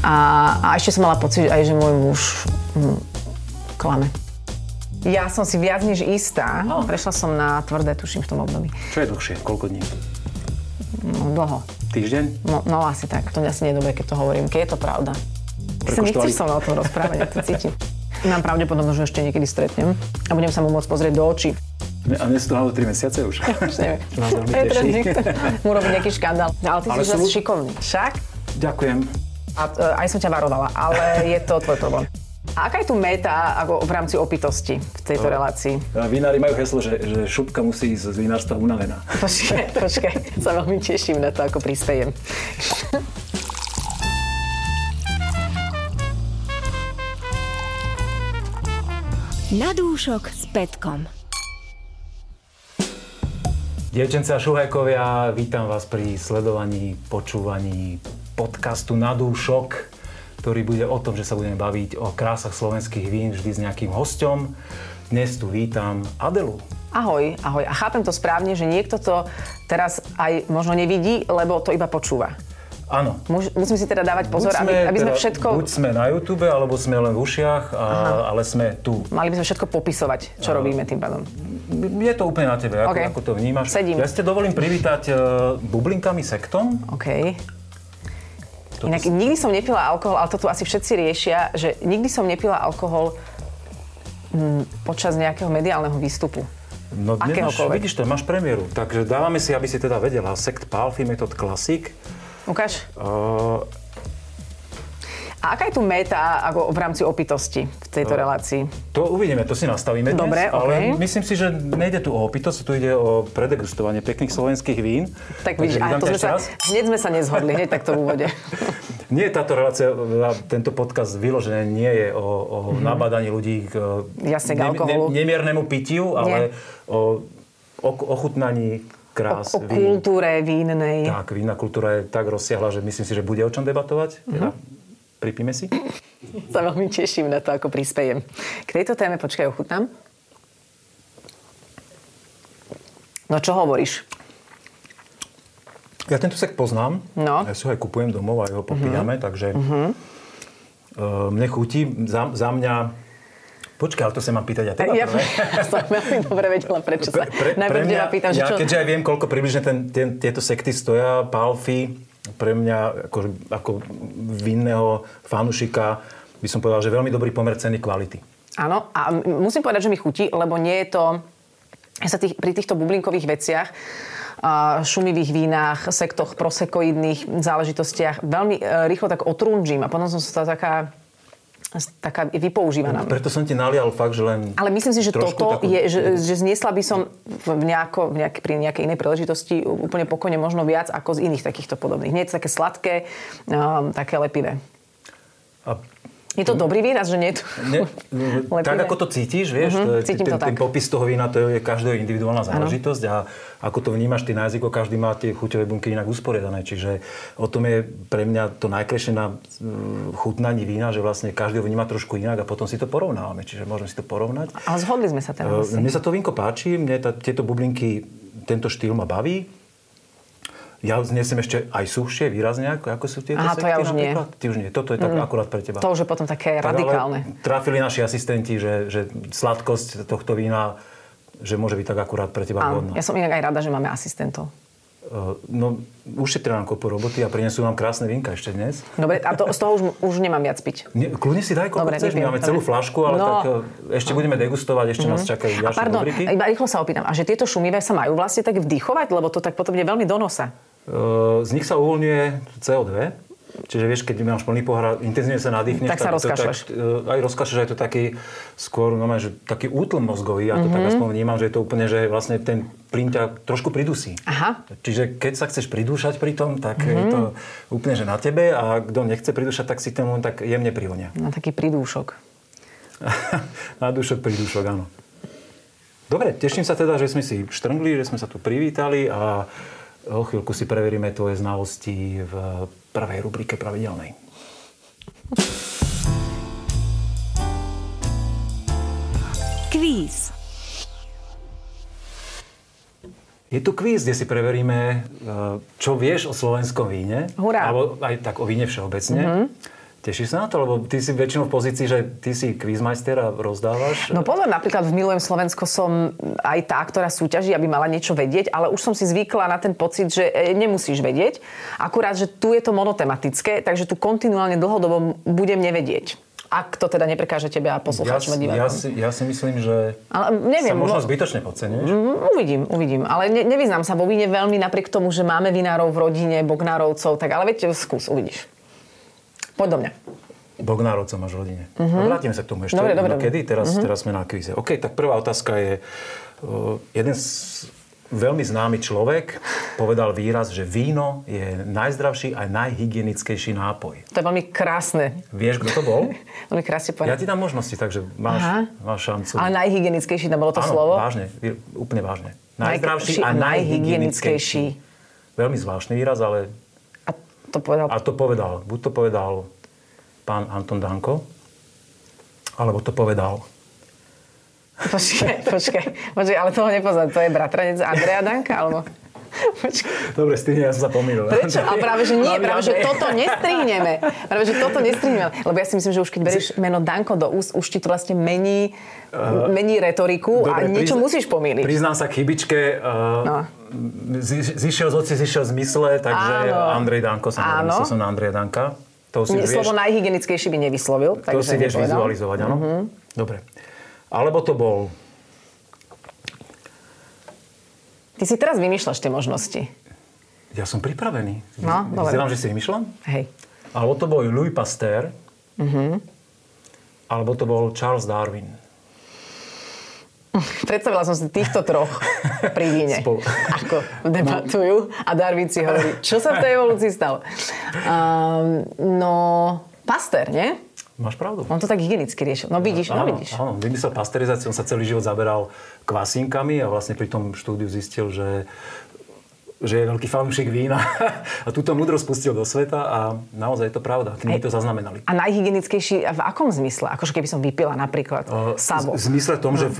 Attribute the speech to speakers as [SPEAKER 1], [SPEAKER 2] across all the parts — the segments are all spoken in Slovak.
[SPEAKER 1] A, a ešte som mala pocit aj, že môj muž hm, klame. Ja som si viac než istá.
[SPEAKER 2] No.
[SPEAKER 1] Prešla som na tvrdé, tuším, v tom období.
[SPEAKER 2] Čo je dlhšie? Koľko dní?
[SPEAKER 1] No, dlho.
[SPEAKER 2] Týždeň?
[SPEAKER 1] No, no asi tak. To mňa asi nedobe, keď to hovorím. Keď je to pravda. Ty sa
[SPEAKER 2] Prekoštovali-
[SPEAKER 1] nechceš so mnou o tom rozprávať, ja to cítim. Mám pravdepodobno, že ešte niekedy stretnem a budem sa mu môcť pozrieť do očí.
[SPEAKER 2] A mne sú to hlavne 3 mesiace už.
[SPEAKER 1] Už neviem.
[SPEAKER 2] Nás veľmi
[SPEAKER 1] Aj teraz
[SPEAKER 2] teší.
[SPEAKER 1] niekto mu robí nejaký škandál. No, Ale ty
[SPEAKER 2] Ale
[SPEAKER 1] si
[SPEAKER 2] sú-
[SPEAKER 1] zase šikovný. Však?
[SPEAKER 2] Ďakujem.
[SPEAKER 1] A e, aj som ťa varovala, ale je to tvoj problém. A aká je tu meta ako v rámci opitosti v
[SPEAKER 3] No.
[SPEAKER 1] tejto relácii?
[SPEAKER 2] Vinári majú heslo, že, že šupka musí ísť z vinárstva unavená.
[SPEAKER 1] Počkaj, počkaj, sa veľmi teším na to, ako prispejem.
[SPEAKER 4] Nadúšok s Petkom.
[SPEAKER 3] Dievčence a šuhajkovia, vítam vás pri sledovaní, počúvaní podcastu Nadúšok, ktorý bude o tom, že sa budeme baviť o krásach slovenských vín vždy s nejakým hosťom. Dnes tu vítam Adelu.
[SPEAKER 1] Ahoj, ahoj. A chápem to správne, že niekto to teraz aj možno nevidí, lebo to iba počúva.
[SPEAKER 3] Áno.
[SPEAKER 1] Muž- Musím si teda dávať pozor,
[SPEAKER 3] Buď
[SPEAKER 1] aby, aby sme
[SPEAKER 3] teda-
[SPEAKER 1] všetko...
[SPEAKER 3] Buď sme na YouTube, alebo sme len v ušiach, a, ale sme tu.
[SPEAKER 1] Mali by sme všetko popisovať, čo robíme tým pádom.
[SPEAKER 3] Je to úplne na tebe, ako,
[SPEAKER 1] OK.
[SPEAKER 3] ako to vnímaš.
[SPEAKER 1] Sedím.
[SPEAKER 3] Ja ste dovolím privítať uh, bublinkami sektom.
[SPEAKER 1] OK.
[SPEAKER 3] Toto
[SPEAKER 1] Inak nikdy som nepila alkohol, ale to tu asi všetci riešia, že nikdy som nepila alkohol mm, počas nejakého mediálneho výstupu.
[SPEAKER 3] No nemáš,
[SPEAKER 1] Akéhokoľvek.
[SPEAKER 3] vidíš to, máš premiéru. Takže dávame si, aby si teda vedela, Sekt Palfi Method Classic. E,
[SPEAKER 1] Ukáž?
[SPEAKER 3] Uh,
[SPEAKER 1] A aká je tu meta ako v rámci opitosti v
[SPEAKER 3] No.
[SPEAKER 1] tejto relácii?
[SPEAKER 3] to uvidíme, to si nastavíme dnes,
[SPEAKER 1] Dobre,
[SPEAKER 3] ale
[SPEAKER 1] okej.
[SPEAKER 3] myslím si, že nejde tu o opitosť, tu ide o predegustovanie pekných slovenských vín.
[SPEAKER 1] Tak vidíš,
[SPEAKER 3] Takže
[SPEAKER 1] aha,
[SPEAKER 3] vítam
[SPEAKER 1] to
[SPEAKER 3] ťa
[SPEAKER 1] sme
[SPEAKER 3] ešte
[SPEAKER 1] sa,
[SPEAKER 3] raz.
[SPEAKER 1] hneď sme sa nezhodli, hneď takto v úvode.
[SPEAKER 3] Nie, táto relácia, a tento podcast vyložené nie je o, o mm-hmm. nabádaní ľudí k,
[SPEAKER 1] Mhm.
[SPEAKER 3] e,
[SPEAKER 1] Jasne, k alkoholu.
[SPEAKER 3] nemiernemu pitiu, ale o, o ochutnaní krás
[SPEAKER 1] O
[SPEAKER 3] vín.
[SPEAKER 1] kultúre vínej.
[SPEAKER 3] Tak, vínna kultúra je tak rozsiahla, že myslím si, že bude o čom debatovať.
[SPEAKER 1] Mhm.
[SPEAKER 3] Teda, pripíme si.
[SPEAKER 1] Sa veľmi teším na to, ako prispejem. K tejto téme, počkaj, ochutnám. No čo hovoríš?
[SPEAKER 3] Ja tento sek poznám.
[SPEAKER 1] No. Mhm.
[SPEAKER 3] Ja si ho aj kupujem domov a ho popíjame, takže uh-huh. mne chutí. Za, za mňa... Počkaj, ale to sa mám pýtať a teba.
[SPEAKER 1] Ja
[SPEAKER 3] prvé.
[SPEAKER 1] som veľmi dobre vedela, prečo sa... Najprv
[SPEAKER 3] pre
[SPEAKER 1] teba pýtam, že
[SPEAKER 3] ja
[SPEAKER 1] čo...
[SPEAKER 3] keďže aj viem, koľko približne ten, ten, tieto sekty stoja, palfy, pre mňa ako, ako vinného fanušika by som povedal, že veľmi dobrý pomer ceny kvality.
[SPEAKER 1] Áno, a m- musím povedať, že mi chutí, lebo nie je to... Ja sa tých, pri týchto bublinkových veciach, a šumivých vínach, sektoch, prosekoidných záležitostiach veľmi e, rýchlo tak otrúnžim a potom som sa taká, taká vypoužívaná.
[SPEAKER 3] Preto som ti nalial fakt, že len...
[SPEAKER 1] Ale myslím si, že
[SPEAKER 3] trošku
[SPEAKER 1] toto
[SPEAKER 3] takú-
[SPEAKER 1] je, že, že zniesla by som v nejako, v nejak, pri nejakej inej príležitosti úplne pokojne možno viac ako z iných takýchto podobných. Nie je to také sladké, um, také lepivé.
[SPEAKER 3] A
[SPEAKER 1] Je
[SPEAKER 3] Mm.
[SPEAKER 1] to dobrý vínac, že nie je to...
[SPEAKER 3] Ne,
[SPEAKER 1] Lepivé.
[SPEAKER 3] tak ako to cítiš, vieš,
[SPEAKER 1] Mhm,
[SPEAKER 3] to je,
[SPEAKER 1] cítim to
[SPEAKER 3] ten,
[SPEAKER 1] tak.
[SPEAKER 3] ten popis toho vína, to je každého individuálna záležitosť a ako to vnímaš ty na jazyko, každý má tie chuťové bunky inak usporiadané, čiže o tom je pre mňa to najkrajšie na mm, chutnaní vína, že vlastne každý ho vníma trošku inak a potom si to porovnávame, čiže môžeme si to porovnať.
[SPEAKER 1] Ale zhodli sme sa teraz.
[SPEAKER 3] E, Mne sa to vinko páči, mne tá, tieto bublinky, tento štýl ma baví. Ja znesem ešte aj suchšie, výrazne, ako, ako sú tieto
[SPEAKER 1] Aha, to
[SPEAKER 3] sekty
[SPEAKER 1] ja už nie. Mhm.
[SPEAKER 3] napríklad. Ty už nie, toto je tak akurát pre teba.
[SPEAKER 1] To už je potom také
[SPEAKER 3] Tak ale
[SPEAKER 1] radikálne.
[SPEAKER 3] Trafili naši asistenti, že, že sladkosť tohto vína že môže byť tak akurát pre teba
[SPEAKER 1] Áno,
[SPEAKER 3] vhodná.
[SPEAKER 1] ja som inak aj rada, že máme asistentov.
[SPEAKER 3] Eh, No, ušetrila nám kopu roboty a prinesú nám krásne vínka ešte dnes.
[SPEAKER 1] Dobre, a to, z toho už, už nemám viac piť.
[SPEAKER 3] Ne, kľudne si daj, koľko
[SPEAKER 1] Dobre,
[SPEAKER 3] chceš,
[SPEAKER 1] vypijem,
[SPEAKER 3] my máme
[SPEAKER 1] dobre.
[SPEAKER 3] celú flašku, ale
[SPEAKER 1] No. Mhm.
[SPEAKER 3] tak eh, ešte budeme degustovať, ešte nás čakajú
[SPEAKER 1] A
[SPEAKER 3] ďalšie
[SPEAKER 1] pardon,
[SPEAKER 3] rubriky.
[SPEAKER 1] iba rýchlo sa opýtam, a že tieto šumivé sa majú vlastne tak vdychovať, lebo to tak potom je veľmi do nosa.
[SPEAKER 3] Eh, Z nich sa uvoľňuje CO2, Čiže vieš, keď máš plný pohár, a intenzívne sa nadýchneš,
[SPEAKER 1] Tak sa
[SPEAKER 3] to
[SPEAKER 1] rozkašleš.
[SPEAKER 3] Tak, eh, aj rozkašleš, aj to taký skôr, no že taký útlm mozgový, ja to
[SPEAKER 1] Mhm.
[SPEAKER 3] tak aspoň vnímam, že je to úplne, že vlastne ten plyn ťa trošku pridusí.
[SPEAKER 1] Aha. Mhm.
[SPEAKER 3] Čiže keď sa chceš pridúšať pri tom, tak je to úplne, že na tebe a kto nechce pridúšať, tak si tomu tak jemne privonia.
[SPEAKER 1] Na taký pridúšok.
[SPEAKER 3] na dušok pridúšok, áno. Dobre, teším sa teda, že sme si štrngli, že sme sa tu privítali a o chvíľku si preveríme tvoje znalosti v prvej rubrike pravidelnej.
[SPEAKER 4] Kvíz.
[SPEAKER 3] Je tu kvíz, kde si preveríme, e, čo vieš o slovenskom víne.
[SPEAKER 1] Hurá. Mhm.
[SPEAKER 3] Alebo aj tak o víne všeobecne. Mm-hmm. Tešíš sa na to? Lebo ty si väčšinou v pozícii, že ty si quizmeister a rozdávaš.
[SPEAKER 1] No pozor, napríklad v Milujem Slovensko som aj tá, ktorá súťaží, aby mala niečo vedieť, ale už som si zvykla na ten pocit, že e, nemusíš vedieť. Akurát, že tu je to monotematické, takže tu kontinuálne dlhodobo budem nevedieť. Ak to teda neprekáže tebe a poslucháčom a
[SPEAKER 3] ja,
[SPEAKER 1] divákom.
[SPEAKER 3] si, ja si myslím, že
[SPEAKER 1] Ale
[SPEAKER 3] sa
[SPEAKER 1] neviem, no- mo-
[SPEAKER 3] možno zbytočne podceňuješ.
[SPEAKER 1] Mm, Uvidím, uvidím. Ale ne, nevyznám sa vo víne veľmi napriek tomu, že máme vinárov v rodine, bognárovcov, tak ale viete, skús, uvidíš. Poď do mňa.
[SPEAKER 3] Bognárovca máš v rodine. Uh-huh. A vrátim sa k tomu
[SPEAKER 1] Mhm.
[SPEAKER 3] ešte.
[SPEAKER 1] Dobre,
[SPEAKER 3] no
[SPEAKER 1] dobre. Mhm.
[SPEAKER 3] Kedy? Teraz, uh-huh. teraz sme na kvíze. OK, tak prvá otázka je... o, jeden z, veľmi známy človek povedal výraz, že víno je najzdravší a najhygienickejší nápoj.
[SPEAKER 1] To je veľmi krásne.
[SPEAKER 3] Vieš, kto to bol?
[SPEAKER 1] Veľmi krásne
[SPEAKER 3] Ja
[SPEAKER 1] povedané. Ja
[SPEAKER 3] ti dám možnosti, takže máš,
[SPEAKER 1] Aha.
[SPEAKER 3] máš šancu.
[SPEAKER 1] Ale najhygienickejšie tam bolo to
[SPEAKER 3] Áno,
[SPEAKER 1] slovo.
[SPEAKER 3] vážne, je- úplne vážne.
[SPEAKER 1] Najkrajší
[SPEAKER 3] Najzdravší a
[SPEAKER 1] a
[SPEAKER 3] najhygienickejší. Veľmi zvláštny výraz, ale...
[SPEAKER 1] A to povedal...
[SPEAKER 3] A to povedal, buď to povedal pán Anton Danko, alebo to povedal
[SPEAKER 1] Počkaj, počkaj, počkaj, ale toho nepoznám. To je bratranec Andreja Danka, alebo... Počkaj.
[SPEAKER 3] Dobre, s tým ja som sa pomýlil.
[SPEAKER 1] Prečo? Ale práve, že nie,
[SPEAKER 3] Mami,
[SPEAKER 1] práve, že
[SPEAKER 3] Andrej.
[SPEAKER 1] toto nestrihneme. Práve, že toto nestrihneme. Lebo ja si myslím, že už keď berieš meno Danko do úst, už ti to vlastne mení, mení retoriku a
[SPEAKER 3] Dobre,
[SPEAKER 1] niečo
[SPEAKER 3] prizna-
[SPEAKER 1] musíš pomýliť.
[SPEAKER 3] Priznám sa k chybičke. Uh,
[SPEAKER 1] No.
[SPEAKER 3] no. Zišiel z oci, zišiel z mysle, takže
[SPEAKER 1] Áno.
[SPEAKER 3] Andrej Danko,
[SPEAKER 1] Áno.
[SPEAKER 3] samozrejme, myslel som na Andreja Danka. To si
[SPEAKER 1] Nie,
[SPEAKER 3] už vieš,
[SPEAKER 1] slovo najhygienickejšie by nevyslovil.
[SPEAKER 3] to si
[SPEAKER 1] nepovedal.
[SPEAKER 3] vieš
[SPEAKER 1] Mhm.
[SPEAKER 3] vizualizovať, áno? Mm-hmm. Dobre. Alebo to bol...
[SPEAKER 1] Ty si teraz vymýšľaš tie možnosti.
[SPEAKER 3] Ja som pripravený.
[SPEAKER 1] No, dobre.
[SPEAKER 3] Vyzerám, že si vymýšľam?
[SPEAKER 1] Hej.
[SPEAKER 3] Alebo to bol Louis Pasteur. Mm-hmm.
[SPEAKER 1] Mhm.
[SPEAKER 3] Alebo to bol Charles Darwin.
[SPEAKER 1] Predstavila som si týchto troch pri víne.
[SPEAKER 3] Spolu.
[SPEAKER 1] Ako debatujú a Darwin si hovorí, čo sa v tej evolúcii stalo. Um, no, Pasteur, nie?
[SPEAKER 3] Máš pravdu.
[SPEAKER 1] On to tak hygienicky riešil. No vidíš, no vidíš.
[SPEAKER 3] Áno, vymyslel pasteurizáciu, on sa celý život zaberal kvasinkami a vlastne pri tom štúdiu zistil, že že je veľký fanúšik vína a túto múdrosť pustil do sveta a naozaj je to pravda. Knihy to zaznamenali.
[SPEAKER 1] A najhygienickejší v akom zmysle? Akože keby som vypila napríklad uh, savo.
[SPEAKER 3] V zmysle tom,
[SPEAKER 1] Hm.
[SPEAKER 3] že v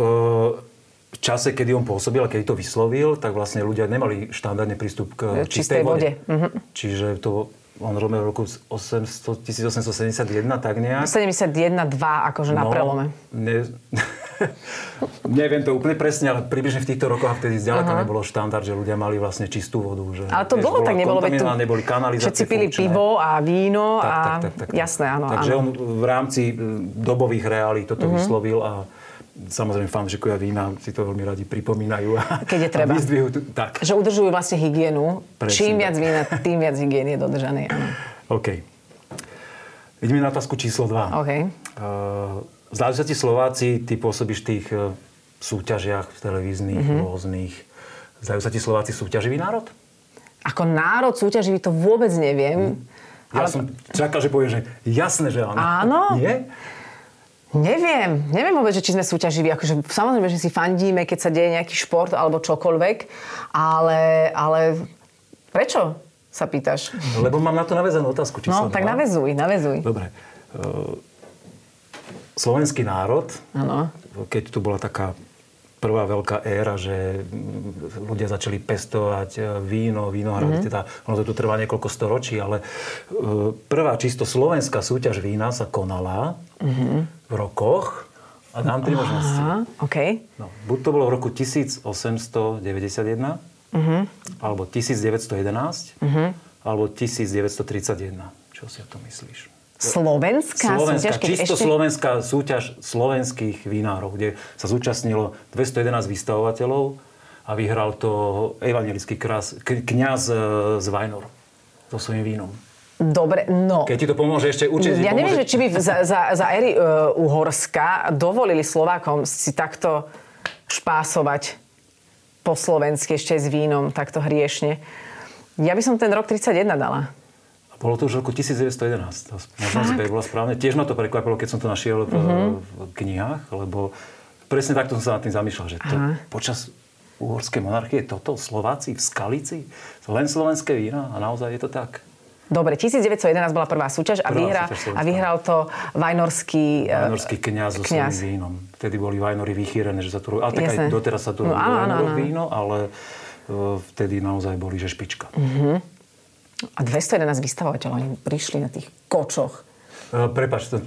[SPEAKER 3] v čase, kedy on pôsobil a kedy to vyslovil, tak vlastne ľudia nemali štandardne prístup
[SPEAKER 1] K
[SPEAKER 3] k
[SPEAKER 1] čistej
[SPEAKER 3] čistej vode.
[SPEAKER 1] vode. Mhm.
[SPEAKER 3] Čiže to on robil v roku 800, 1871, tak nejak.
[SPEAKER 1] 71-2 akože na prelome.
[SPEAKER 3] No, Ne, neviem to úplne presne, ale približne v týchto rokoch a vtedy zďaleka uh-huh. nebolo štandard, že ľudia mali vlastne čistú vodu. Že,
[SPEAKER 1] Ale to
[SPEAKER 3] vieš,
[SPEAKER 1] dlho
[SPEAKER 3] bola
[SPEAKER 1] tak nebolo, veď tu
[SPEAKER 3] kontaminovaná, neboli kanalizácie
[SPEAKER 1] všetci pili
[SPEAKER 3] funkčné.
[SPEAKER 1] pivo a víno
[SPEAKER 3] Tak,
[SPEAKER 1] a
[SPEAKER 3] tak, tak, tak, tak.
[SPEAKER 1] jasné, áno.
[SPEAKER 3] Takže
[SPEAKER 1] áno. Mhm.
[SPEAKER 3] on v rámci mm, dobových reálí toto uh-huh. vyslovil a samozrejme fanúšikovia vína si to veľmi radi pripomínajú. A,
[SPEAKER 1] Keď je treba.
[SPEAKER 3] A vyzdvihujú tu, tak.
[SPEAKER 1] Že udržujú vlastne hygienu.
[SPEAKER 3] Presne
[SPEAKER 1] Čím
[SPEAKER 3] tak.
[SPEAKER 1] viac vína, tým viac hygieny je dodržanej. áno.
[SPEAKER 3] OK. Ideme na otázku číslo 2.
[SPEAKER 1] OK.
[SPEAKER 3] Uh, Zdajú sa ti Slováci, ty pôsobíš v tých eh, súťažiach v televíznych,
[SPEAKER 1] Mhm.
[SPEAKER 3] mm-hmm. rôznych. Zdajú sa ti Slováci súťaživý národ?
[SPEAKER 1] Ako národ súťaživý to vôbec
[SPEAKER 3] Hm.
[SPEAKER 1] neviem.
[SPEAKER 3] Ja ale... som čakal, že povieš, že jasné, že áno.
[SPEAKER 1] Áno.
[SPEAKER 3] Nie?
[SPEAKER 1] Neviem, neviem vôbec, že či sme súťaživí. Akože, samozrejme, že si fandíme, keď sa deje nejaký šport alebo čokoľvek, ale, ale prečo sa pýtaš?
[SPEAKER 3] Lebo mám na to navezanú
[SPEAKER 1] No,
[SPEAKER 3] otázku číslo
[SPEAKER 1] tak
[SPEAKER 3] dva.
[SPEAKER 1] navezuj, navezuj.
[SPEAKER 3] Dobre. Eh, Slovenský národ,
[SPEAKER 1] Áno.
[SPEAKER 3] keď tu bola taká prvá veľká éra, že mm, ľudia začali pestovať eh, víno, vinohrady,
[SPEAKER 1] Mhm.
[SPEAKER 3] mm-hmm. teda ono to tu trvá niekoľko storočí, ale eh, prvá čisto slovenská súťaž vína sa konala mm-hmm. v rokoch a dám tri možnosti.
[SPEAKER 1] Mhm. Aha, OK.
[SPEAKER 3] No, buď to bolo v roku 1891,
[SPEAKER 1] Mhm.
[SPEAKER 3] alebo 1911, alebo 1931. Čo si o tom myslíš?
[SPEAKER 1] Slovenská, súťaž, keď
[SPEAKER 3] čisto
[SPEAKER 1] ešte...
[SPEAKER 3] slovenská súťaž slovenských vinárov, kde sa zúčastnilo 211 vystavovateľov a vyhral to evangelický krás, k- kniaz e, z Vajnor so svojím vínom.
[SPEAKER 1] Dobre, no.
[SPEAKER 3] Keď ti to pomôže ešte, určite ti
[SPEAKER 1] Ja neviem,
[SPEAKER 3] pomôže.
[SPEAKER 1] že či by za, za, za éry uh, Uhorska dovolili Slovákom si takto špásovať po slovensky ešte aj s vínom, takto hriešne. Ja by som ten rok 31 dala.
[SPEAKER 3] Bolo to už v roku 1911. To možno zbe- bolo správne. Tiež ma to prekvapilo, keď som to našiel v,
[SPEAKER 1] Mhm.
[SPEAKER 3] v knihách, lebo presne takto som sa nad tým zamýšľal, že to
[SPEAKER 1] Aha.
[SPEAKER 3] počas uhorskej monarchie toto Slováci v Skalici, len slovenské vína a naozaj je to tak.
[SPEAKER 1] Dobre, 1911 bola prvá súťaž a,
[SPEAKER 3] Prvá
[SPEAKER 1] vyhra,
[SPEAKER 3] súťaž
[SPEAKER 1] a
[SPEAKER 3] slovenská.
[SPEAKER 1] vyhral to vajnorský... eh,
[SPEAKER 3] Vajnorský kniaz so
[SPEAKER 1] kňaz.
[SPEAKER 3] svojím vínom. Vtedy boli vajnory vychýrené, že sa tu robí. A tak
[SPEAKER 1] Jasné.
[SPEAKER 3] aj doteraz sa tu
[SPEAKER 1] No
[SPEAKER 3] robí
[SPEAKER 1] áno, áno,
[SPEAKER 3] vajnoro
[SPEAKER 1] áno.
[SPEAKER 3] víno, ale e, vtedy naozaj boli,
[SPEAKER 1] Mm.
[SPEAKER 3] že špička. E,
[SPEAKER 1] A 211 vystavovateľov, oni prišli na tých kočoch.
[SPEAKER 3] Uh, prepač, to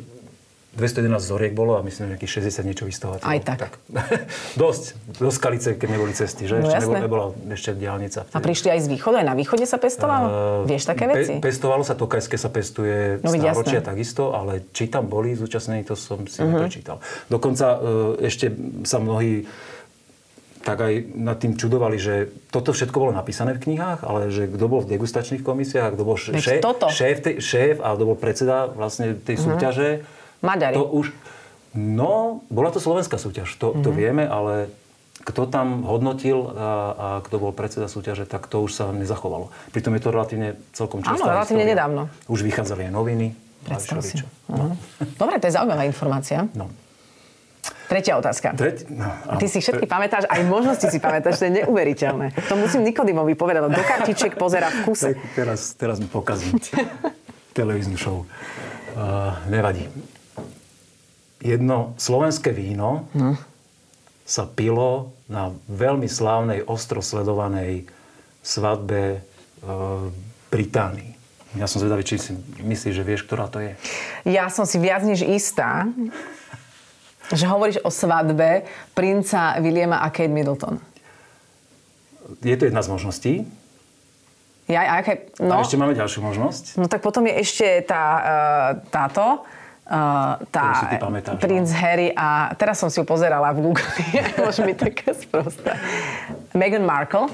[SPEAKER 3] 211 zoriek bolo a myslím, že nejakých 60 niečo vystavovať.
[SPEAKER 1] Aj tak.
[SPEAKER 3] tak. Dosť. Do Skalice, keď neboli cesty, že?
[SPEAKER 1] No
[SPEAKER 3] ešte
[SPEAKER 1] jasné.
[SPEAKER 3] nebola, nebola ešte diálnica.
[SPEAKER 1] A prišli aj z východu, aj na východe sa pestovalo?
[SPEAKER 3] Eh,
[SPEAKER 1] Vieš také veci?
[SPEAKER 3] Pe, pestovalo sa Tokajské, sa pestuje
[SPEAKER 1] No
[SPEAKER 3] no,
[SPEAKER 1] veď jasné.
[SPEAKER 3] stáročia
[SPEAKER 1] Mhm.
[SPEAKER 3] takisto, ale či tam boli zúčastnení, to som si mm-hmm. neprečítal. Dokonca e, ešte sa mnohí tak aj nad tým čudovali, že toto všetko bolo napísané v knihách, ale že kto bol v degustačných komisiách, kto bol š-
[SPEAKER 1] Veď
[SPEAKER 3] šéf,
[SPEAKER 1] toto.
[SPEAKER 3] šéf, tej, šéf a kto bol predseda vlastne tej súťaže.
[SPEAKER 1] Mhm. Maďari.
[SPEAKER 3] To už, no, bola to slovenská súťaž, to,
[SPEAKER 1] Mhm.
[SPEAKER 3] to vieme, ale kto tam hodnotil a, a kto bol predseda súťaže, tak to už sa nezachovalo. Pritom je to relatívne celkom častá
[SPEAKER 1] Áno, relatívne
[SPEAKER 3] história.
[SPEAKER 1] nedávno.
[SPEAKER 3] Už vychádzali aj noviny. a
[SPEAKER 1] Predstav si.
[SPEAKER 3] všeličo.
[SPEAKER 1] Mhm. Dobre, to je zaujímavá informácia.
[SPEAKER 3] No.
[SPEAKER 1] Tretia otázka.
[SPEAKER 3] Tret... no áno.
[SPEAKER 1] Ty si všetky pamätáš, aj možnosti si pamätáš, to je neuveriteľné. To musím Nikodimovi povedať, lebo do kartičiek pozera v kuse.
[SPEAKER 3] Tak teraz, teraz mi pokazím televíznu show. Uh, nevadí. Jedno slovenské víno
[SPEAKER 1] No.
[SPEAKER 3] sa pilo na veľmi slávnej, ostro sledovanej svadbe uh, Británii. Ja som zvedavý, či si myslíš, že vieš, ktorá to je.
[SPEAKER 1] Ja som si viac než istá, že hovoríš o svadbe princa Williama a Kate Middleton.
[SPEAKER 3] Je to jedna z možností.
[SPEAKER 1] Ja, a aké,
[SPEAKER 3] No.
[SPEAKER 1] no,
[SPEAKER 3] A ešte máme ďalšiu možnosť.
[SPEAKER 1] no tak potom je ešte tá, uh, táto, uh,
[SPEAKER 3] Ktorú si
[SPEAKER 1] tá
[SPEAKER 3] ty pamätáš, no.
[SPEAKER 1] princ Harry a teraz som si ju pozerala v Google, môže mi taká sprosta. Meghan Markle,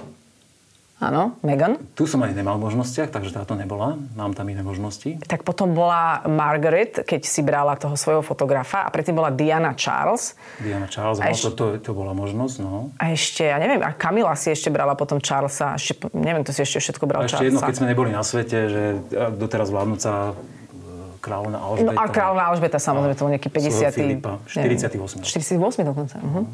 [SPEAKER 1] áno, Meghan.
[SPEAKER 3] Tu som aj nemal v možnostiach, takže táto nebola. Mám tam iné možnosti.
[SPEAKER 1] Tak potom bola Margaret, keď si brala toho svojho fotografa a predtým bola Diana Charles.
[SPEAKER 3] Diana Charles,
[SPEAKER 1] A
[SPEAKER 3] no,
[SPEAKER 1] ešte-
[SPEAKER 3] to, to, to bola možnosť, no.
[SPEAKER 1] A ešte, ja neviem, a Kamila si ešte brala potom Charlesa, ešte, neviem, to si ešte všetko bral
[SPEAKER 3] A ešte jedno,
[SPEAKER 1] Charlesa.
[SPEAKER 3] keď sme neboli na svete, že doteraz vládnúca e, kráľovna
[SPEAKER 1] No
[SPEAKER 3] Alžbeta.
[SPEAKER 1] a kráľovná Alžbeta samozrejme, to bol nejaký 50.
[SPEAKER 3] Filipa, No,
[SPEAKER 1] neviem,
[SPEAKER 3] 48.
[SPEAKER 1] 48 dokonca. Uh-huh.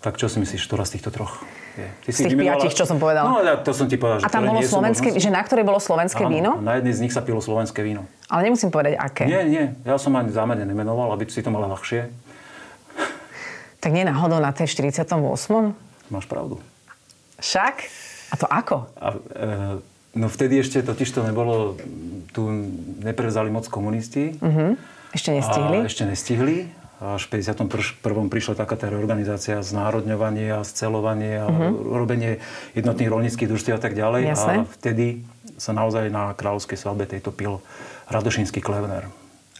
[SPEAKER 3] Tak čo si myslíš, ktorá z týchto troch? je? Ty si
[SPEAKER 1] Z tých
[SPEAKER 3] vymenovala-
[SPEAKER 1] piatich, čo som povedala.
[SPEAKER 3] No, ja, to som ti povedal, že
[SPEAKER 1] A tam
[SPEAKER 3] ktoré
[SPEAKER 1] bolo
[SPEAKER 3] nie sú
[SPEAKER 1] slovenské,
[SPEAKER 3] možnosti.
[SPEAKER 1] že na ktorej bolo slovenské
[SPEAKER 3] Áno,
[SPEAKER 1] víno,
[SPEAKER 3] Na jednej z nich sa pilo slovenské víno.
[SPEAKER 1] ale nemusím povedať aké.
[SPEAKER 3] Nie, nie, ja som ani zámerne nemenoval, aby si to mala ľahšie.
[SPEAKER 1] Tak nie náhodou na tej 48.
[SPEAKER 3] Máš pravdu.
[SPEAKER 1] Však? A to ako?
[SPEAKER 3] A, e, no vtedy ešte totiž to nebolo, tu neprevzali moc komunisti.
[SPEAKER 1] Uh-huh. Ešte nestihli?
[SPEAKER 3] A ešte nestihli. Až v 51. prišla taká tá reorganizácia znárodňovanie a scelovanie a robenie jednotných rolníckých družstiev a tak ďalej.
[SPEAKER 1] Mhm. Jasné.
[SPEAKER 3] A vtedy sa naozaj na kráľovskej svadbe tejto pil Radošinský klevner.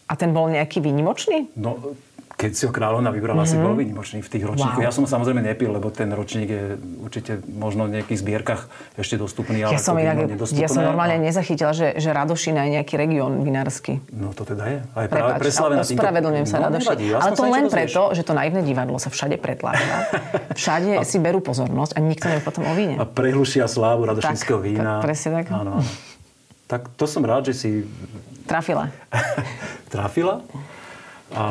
[SPEAKER 1] A ten bol nejaký výnimočný?
[SPEAKER 3] No, keď si ho kráľovna vybrala, mm-hmm. si bol výnimočný v tých
[SPEAKER 1] Mhm.
[SPEAKER 3] ročníkoch.
[SPEAKER 1] Wow.
[SPEAKER 3] Ja som ho samozrejme nepil, lebo ten ročník je určite možno v nejakých zbierkach ešte dostupný,
[SPEAKER 1] Ja
[SPEAKER 3] ale
[SPEAKER 1] som,
[SPEAKER 3] to víno
[SPEAKER 1] inak,
[SPEAKER 3] nedostupné.
[SPEAKER 1] ja som normálne
[SPEAKER 3] a...
[SPEAKER 1] nezachytila, že, že Radošina je nejaký región vinársky.
[SPEAKER 3] No to teda je. A je práve
[SPEAKER 1] Prepač,
[SPEAKER 3] preslavená týmto-
[SPEAKER 1] ospravedlňujem sa,
[SPEAKER 3] no,
[SPEAKER 1] Radoši.
[SPEAKER 3] nevadí,
[SPEAKER 1] ale to
[SPEAKER 3] aspoň sa niečo
[SPEAKER 1] len
[SPEAKER 3] dozvieš.
[SPEAKER 1] preto, že to naivné divadlo sa všade pretláča. Všade si berú pozornosť a nikto nevie potom o víne.
[SPEAKER 3] A prehlušia slávu
[SPEAKER 1] Tak,
[SPEAKER 3] radošinského vína.
[SPEAKER 1] tak, presne tak.
[SPEAKER 3] Áno, áno. Tak to som rád, že si
[SPEAKER 1] Trafila.
[SPEAKER 3] trafila. A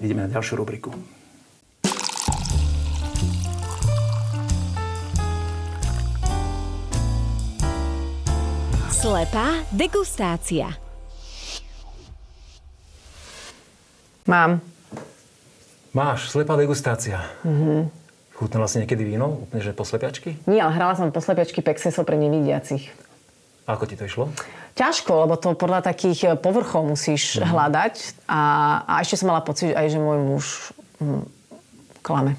[SPEAKER 3] ideme na ďalšiu rubriku.
[SPEAKER 4] Slepá degustácia.
[SPEAKER 1] Mám.
[SPEAKER 3] Máš, slepá degustácia. Mm-hmm.
[SPEAKER 1] Mhm.
[SPEAKER 3] Chutnala si niekedy víno, úplne že po slepiačky?
[SPEAKER 1] Nie, ale hrala som poslepiačky Pexeso pre nevidiacich.
[SPEAKER 3] Ako ti to išlo?
[SPEAKER 1] Ťažko, lebo to podľa takých eh, povrchov musíš
[SPEAKER 3] Mhm.
[SPEAKER 1] hľadať. A, a ešte som mala pocit aj, že môj muž hm, klame.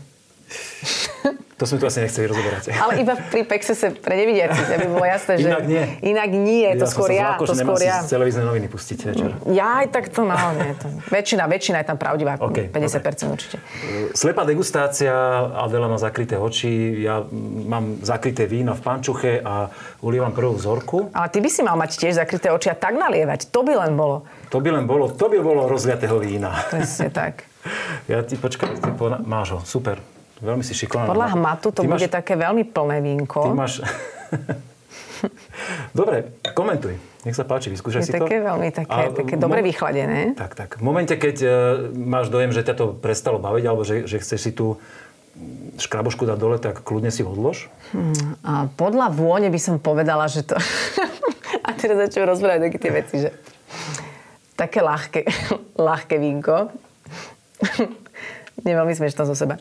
[SPEAKER 3] To sme tu asi nechceli rozoberať.
[SPEAKER 1] Ale iba pri Pexese pre nevidiacich, aby bolo jasné, že...
[SPEAKER 3] Inak nie.
[SPEAKER 1] Inak nie, to skôr ja. To
[SPEAKER 3] že
[SPEAKER 1] skôr ja.
[SPEAKER 3] nemám si televízne noviny pustiť večer.
[SPEAKER 1] Ja aj tak to no, nie, to, väčšina, väčšina je tam pravdivá,
[SPEAKER 3] Ok,
[SPEAKER 1] 50% určite.
[SPEAKER 3] Slepá degustácia, Adela má zakryté oči, ja mm, mám zakryté víno v pančuche a ulievam prvú vzorku.
[SPEAKER 1] Ale ty by si mal mať tiež zakryté oči a tak nalievať, to by len bolo.
[SPEAKER 3] To by len bolo, to by bolo rozliatého vína.
[SPEAKER 1] Presne tak.
[SPEAKER 3] Ja ti počkaj, ty po, máš ho, super. Veľmi si šikovná.
[SPEAKER 1] Podľa hmatu to
[SPEAKER 3] Ty
[SPEAKER 1] bude
[SPEAKER 3] máš,
[SPEAKER 1] také veľmi plné
[SPEAKER 3] Ty
[SPEAKER 1] vínko.
[SPEAKER 3] máš... Dobre, komentuj. Nech sa páči, vyskúšaj
[SPEAKER 1] Je
[SPEAKER 3] si to.
[SPEAKER 1] také veľmi také,
[SPEAKER 3] A
[SPEAKER 1] také
[SPEAKER 3] mo-
[SPEAKER 1] dobre vychladené.
[SPEAKER 3] Tak, tak. V momente, keď e, máš dojem, že ťa to prestalo baviť, alebo že, že chceš si tú škrabošku dať dole, tak kľudne si ho odlož.
[SPEAKER 1] A podľa vône by som povedala, že to... a teraz začnem rozprávať také tie veci, že také ľahké, ľahké vínko. Neveľmi smiešno zo seba.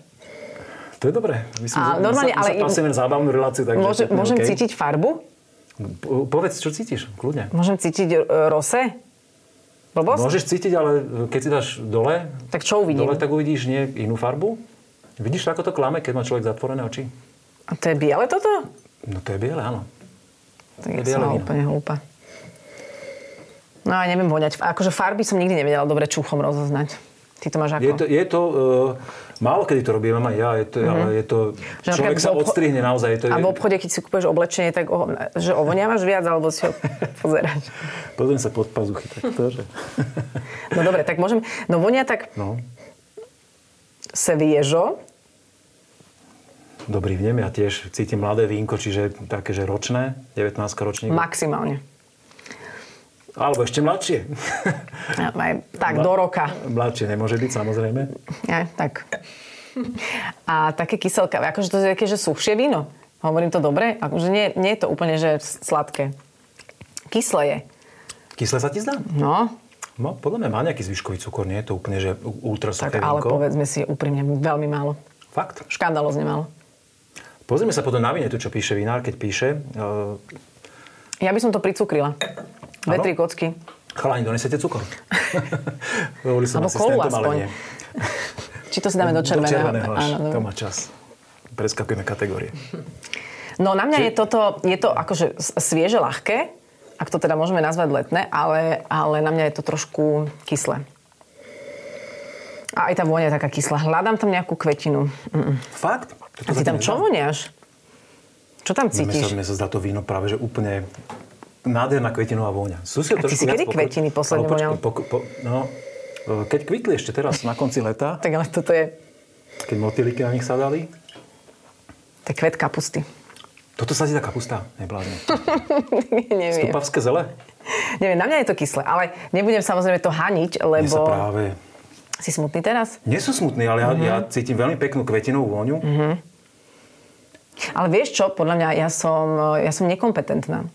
[SPEAKER 3] To je dobré. My sme,
[SPEAKER 1] A normálne,
[SPEAKER 3] my sa,
[SPEAKER 1] ale-
[SPEAKER 3] my sa pasujeme na zábavnú reláciu. Takže
[SPEAKER 1] Môžem,
[SPEAKER 3] to je
[SPEAKER 1] môžem
[SPEAKER 3] OK.
[SPEAKER 1] cítiť farbu?
[SPEAKER 3] Po- Povedz, čo cítiš, kľudne.
[SPEAKER 1] Môžem cítiť e, rose? Blbosť?
[SPEAKER 3] Môžeš cítiť, ale keď si dáš dole,
[SPEAKER 1] Tak čo uvidím?
[SPEAKER 3] dole tak uvidíš nie inú farbu. Vidíš, ako to klame, keď má človek zatvorené oči?
[SPEAKER 1] A to je biele toto?
[SPEAKER 3] No to je biele, áno.
[SPEAKER 1] Tak ja
[SPEAKER 3] Je biele
[SPEAKER 1] som
[SPEAKER 3] víno.
[SPEAKER 1] úplne hlúpa. No a neviem voňať. Akože farby som nikdy nevedela dobre čuchom rozoznať. Ty to máš ako?
[SPEAKER 3] Je to, je to uh, málo kedy to robím, mám aj ja, je to, mm-hmm. ale je to,
[SPEAKER 1] Že napríklad
[SPEAKER 3] človek
[SPEAKER 1] v
[SPEAKER 3] sa
[SPEAKER 1] obcho-
[SPEAKER 3] odstrihne naozaj. Je to,
[SPEAKER 1] A v obchode, keď si kúpeš oblečenie, tak o, že ovoniavaš viac, alebo si ho pozeráš.
[SPEAKER 3] Pozriem sa pod pazuchy, tak to, že...
[SPEAKER 1] No dobre, tak môžem... No vonia tak
[SPEAKER 3] No,
[SPEAKER 1] seviežo.
[SPEAKER 3] dobrý vnem, ja tiež cítim mladé vínko, čiže také, že ročné, 19 ročník.
[SPEAKER 1] Maximálne.
[SPEAKER 3] Alebo ešte mladšie.
[SPEAKER 1] Ja, Aj, tak, do roka.
[SPEAKER 3] mladšie nemôže byť, samozrejme.
[SPEAKER 1] Ja, tak. A také kyselkavé. Akože to je také, že suchšie víno. Hovorím to dobre? Akože nie, nie je to úplne, že sladké. Kyslé je.
[SPEAKER 3] Kyslé sa ti zdá?
[SPEAKER 1] No,
[SPEAKER 3] No, podľa mňa má nejaký zvyškový cukor, nie je to úplne, že u- ultra
[SPEAKER 1] tak
[SPEAKER 3] suché
[SPEAKER 1] ale
[SPEAKER 3] vínko.
[SPEAKER 1] povedzme si úprimne, veľmi málo.
[SPEAKER 3] Fakt.
[SPEAKER 1] Škandalozne málo.
[SPEAKER 3] Pozrieme sa potom na vine, to, čo píše vinár, keď píše. Uh,
[SPEAKER 1] Ja by som to pricukrila. Dve,
[SPEAKER 3] Áno?
[SPEAKER 1] tri kocky.
[SPEAKER 3] chalani, donesete cukor. Hovoril som
[SPEAKER 1] Alebo kolu
[SPEAKER 3] asistentom, ale
[SPEAKER 1] aspoň.
[SPEAKER 3] nie.
[SPEAKER 1] Či to si dáme do červeného?
[SPEAKER 3] Do červeného až.
[SPEAKER 1] Áno,
[SPEAKER 3] to
[SPEAKER 1] dobre.
[SPEAKER 3] má čas. Preskakujeme kategórie.
[SPEAKER 1] No na mňa je toto, je to akože s- svieže ľahké, ak to teda môžeme nazvať letné, ale, ale na mňa je to trošku kyslé. A aj tá vôňa je taká kyslá. Hľadám tam nejakú kvetinu. Mm-mm.
[SPEAKER 3] Fakt?
[SPEAKER 1] A ty tam
[SPEAKER 3] no.
[SPEAKER 1] čo voniaš? Čo tam
[SPEAKER 3] Mne sa,
[SPEAKER 1] cítiš?
[SPEAKER 3] mne sa zdá to víno práve, že úplne nádherná kvetinová vôňa. Sú si ho
[SPEAKER 1] A ty si
[SPEAKER 3] trošku viac
[SPEAKER 1] kedy
[SPEAKER 3] pokr-
[SPEAKER 1] kvetiny posledne
[SPEAKER 3] Ale počkaj,
[SPEAKER 1] voňal?
[SPEAKER 3] pok- po- no, e, keď kvitli ešte teraz na konci leta,
[SPEAKER 1] Tak ale toto je...
[SPEAKER 3] keď motýliky na nich sadali,
[SPEAKER 1] To je kvet kapusty.
[SPEAKER 3] toto sa ti tá kapusta, neblázni.
[SPEAKER 1] Neviem.
[SPEAKER 3] Tupavské zele?
[SPEAKER 1] Neviem, na mňa je to kyslé, ale nebudem samozrejme to haniť,
[SPEAKER 3] Mne
[SPEAKER 1] lebo...
[SPEAKER 3] sa práve...
[SPEAKER 1] Si smutný teraz?
[SPEAKER 3] Nie sú smutný, ale ja,
[SPEAKER 1] Mhm.
[SPEAKER 3] ja cítim veľmi peknú kvetinovú vôňu.
[SPEAKER 1] Ale vieš čo, podľa mňa ja som, ja som nekompetentná.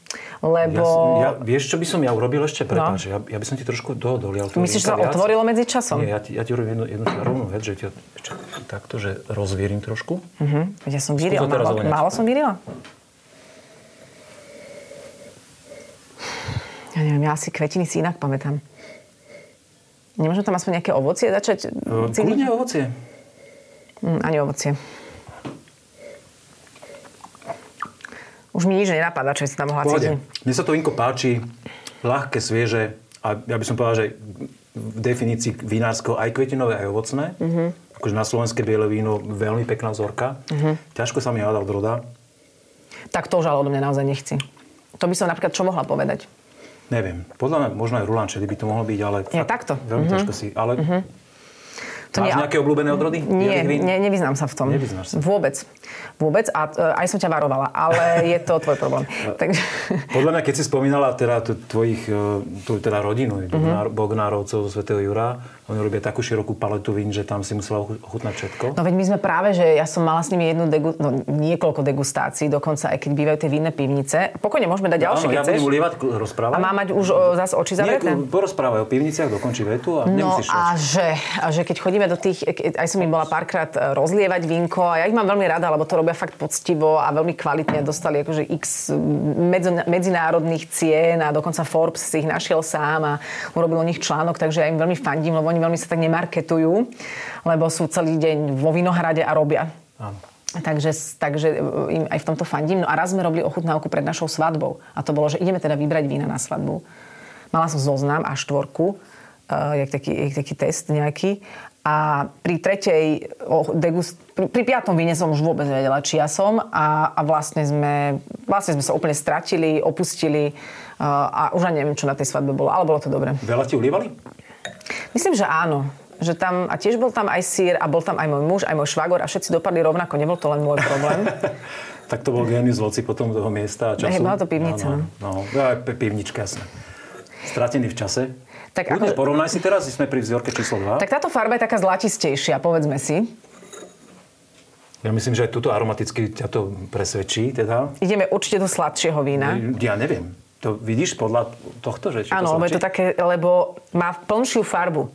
[SPEAKER 1] Lebo...
[SPEAKER 3] Ja, som- ja, vieš, čo by som ja urobil ešte? Prepáč, ja, ja by som ti trošku do, dolial. to
[SPEAKER 1] No. Myslíš, že sa
[SPEAKER 3] vínka viac.
[SPEAKER 1] otvorilo medzi časom?
[SPEAKER 3] Nie, ja ti, ja ti urobím jednu, jednu rovnú vec, že ti ho ešte takto, že rozvierim trošku.
[SPEAKER 1] Mhm. Veď Ja som vyrila.
[SPEAKER 3] Skús to teraz
[SPEAKER 1] Málo,
[SPEAKER 3] zohňať.
[SPEAKER 1] málo som vyrila? Ja neviem, ja asi kvetiny si inak pamätám. Nemôžem tam aspoň nejaké ovocie začať?
[SPEAKER 3] Uh,
[SPEAKER 1] cítiť?
[SPEAKER 3] Kľudne ovocie.
[SPEAKER 1] Mm, ani ovocie. Už mi nič nenapadá, čo by si tam mohla
[SPEAKER 3] Pohode.
[SPEAKER 1] cítiť.
[SPEAKER 3] Mne sa to vinko páči, ľahké, svieže a ja by som povedal, že v definícii vinársko aj kvetinové, aj ovocné.
[SPEAKER 1] Mhm.
[SPEAKER 3] Akože na slovenské biele víno veľmi pekná vzorka.
[SPEAKER 1] Mhm.
[SPEAKER 3] Ťažko sa mi hľadal droda.
[SPEAKER 1] Tak to už ale odo mňa naozaj nechci. To by som napríklad čo mohla povedať?
[SPEAKER 3] Neviem, podľa mňa možno aj Rulan Čedy by to mohlo byť, ale...
[SPEAKER 1] Nie,
[SPEAKER 3] fakt
[SPEAKER 1] takto. Mhm.
[SPEAKER 3] Veľmi ťažko si, ale...
[SPEAKER 1] To
[SPEAKER 3] máš
[SPEAKER 1] nie-
[SPEAKER 3] nejaké obľúbené odrody?
[SPEAKER 1] Nie,
[SPEAKER 3] Bielých vín?
[SPEAKER 1] nie, nevyznám sa v tom.
[SPEAKER 3] Nevyznáš sa.
[SPEAKER 1] Vôbec. Vôbec a e, aj som ťa varovala, ale je to tvoj problém.
[SPEAKER 3] E,
[SPEAKER 1] Takže...
[SPEAKER 3] Podľa mňa, keď si spomínala teda t- tvojich, e, tú teda rodinu,
[SPEAKER 1] Mhm.
[SPEAKER 3] Bognár- Bognárovcov zo svätého Jura, oni robia takú širokú paletu vín, že tam si musela ochu- ochutnať všetko.
[SPEAKER 1] No veď my sme práve, že ja som mala s nimi jednu degu... no, niekoľko degustácií, dokonca aj keď bývajú tie vinné pivnice. Pokojne môžeme dať ďalšie,
[SPEAKER 3] Áno,
[SPEAKER 1] keď
[SPEAKER 3] ja
[SPEAKER 1] chceš.
[SPEAKER 3] budem ulievať, kl- rozprávať.
[SPEAKER 1] A má mať už o, zase oči
[SPEAKER 3] Nie,
[SPEAKER 1] zavreté?
[SPEAKER 3] kl- porozprávaj o pivniciach, dokončí vetu a
[SPEAKER 1] No
[SPEAKER 3] nemusíš
[SPEAKER 1] a že, a že keď chodíme do tých, e, ke- aj som im bola párkrát e, rozlievať vinko a ja ich mám veľmi rada, lebo to robia fakt poctivo a veľmi kvalitne dostali akože x medzo, medzinárodných cien a dokonca Forbes si ich našiel sám a urobil o nich článok, takže ja im veľmi fandím, lebo oni veľmi sa tak nemarketujú, lebo sú celý deň vo vinohrade a robia.
[SPEAKER 3] Áno.
[SPEAKER 1] Takže, takže e, im aj v tomto fandím. No a raz sme robili ochutnávku pred našou svadbou. A to bolo, že ideme teda vybrať vína na svadbu. Mala som zoznam a štvorku, uh, jak, taký, jak taký test nejaký. A pri tretej oh, degust, pri, pri piatom víne som už vôbec nevedela, či ja som. A, a vlastne, sme, vlastne sme sa úplne stratili, opustili uh, a už ani neviem, čo na tej svadbe bolo, ale bolo to dobré.
[SPEAKER 3] Veľa ti ulievali?
[SPEAKER 1] Myslím, že áno. Že tam, a tiež bol tam aj sír a bol tam aj môj muž, aj môj švagor a všetci dopadli rovnako. Nebol to len môj problém.
[SPEAKER 3] Tak to bol génius voci potom toho miesta a času.
[SPEAKER 1] Hej, bola to pivnica,
[SPEAKER 3] No, no, no. Ja, p- pivnička, jasné. Stratený v čase.
[SPEAKER 1] Tak
[SPEAKER 3] Tak Kľudne,
[SPEAKER 1] akože-
[SPEAKER 3] porovnaj si teraz, sme pri vzorke číslo 2.
[SPEAKER 1] Tak táto farba je taká zlatistejšia, povedzme si.
[SPEAKER 3] Ja myslím, že aj tuto aromaticky ťa to presvedčí, teda.
[SPEAKER 1] Ideme určite do sladšieho vína.
[SPEAKER 3] Ja neviem. To vidíš podľa tohto, že? či
[SPEAKER 1] Áno, lebo je
[SPEAKER 3] sladčí?
[SPEAKER 1] to také, lebo má plnšiu farbu.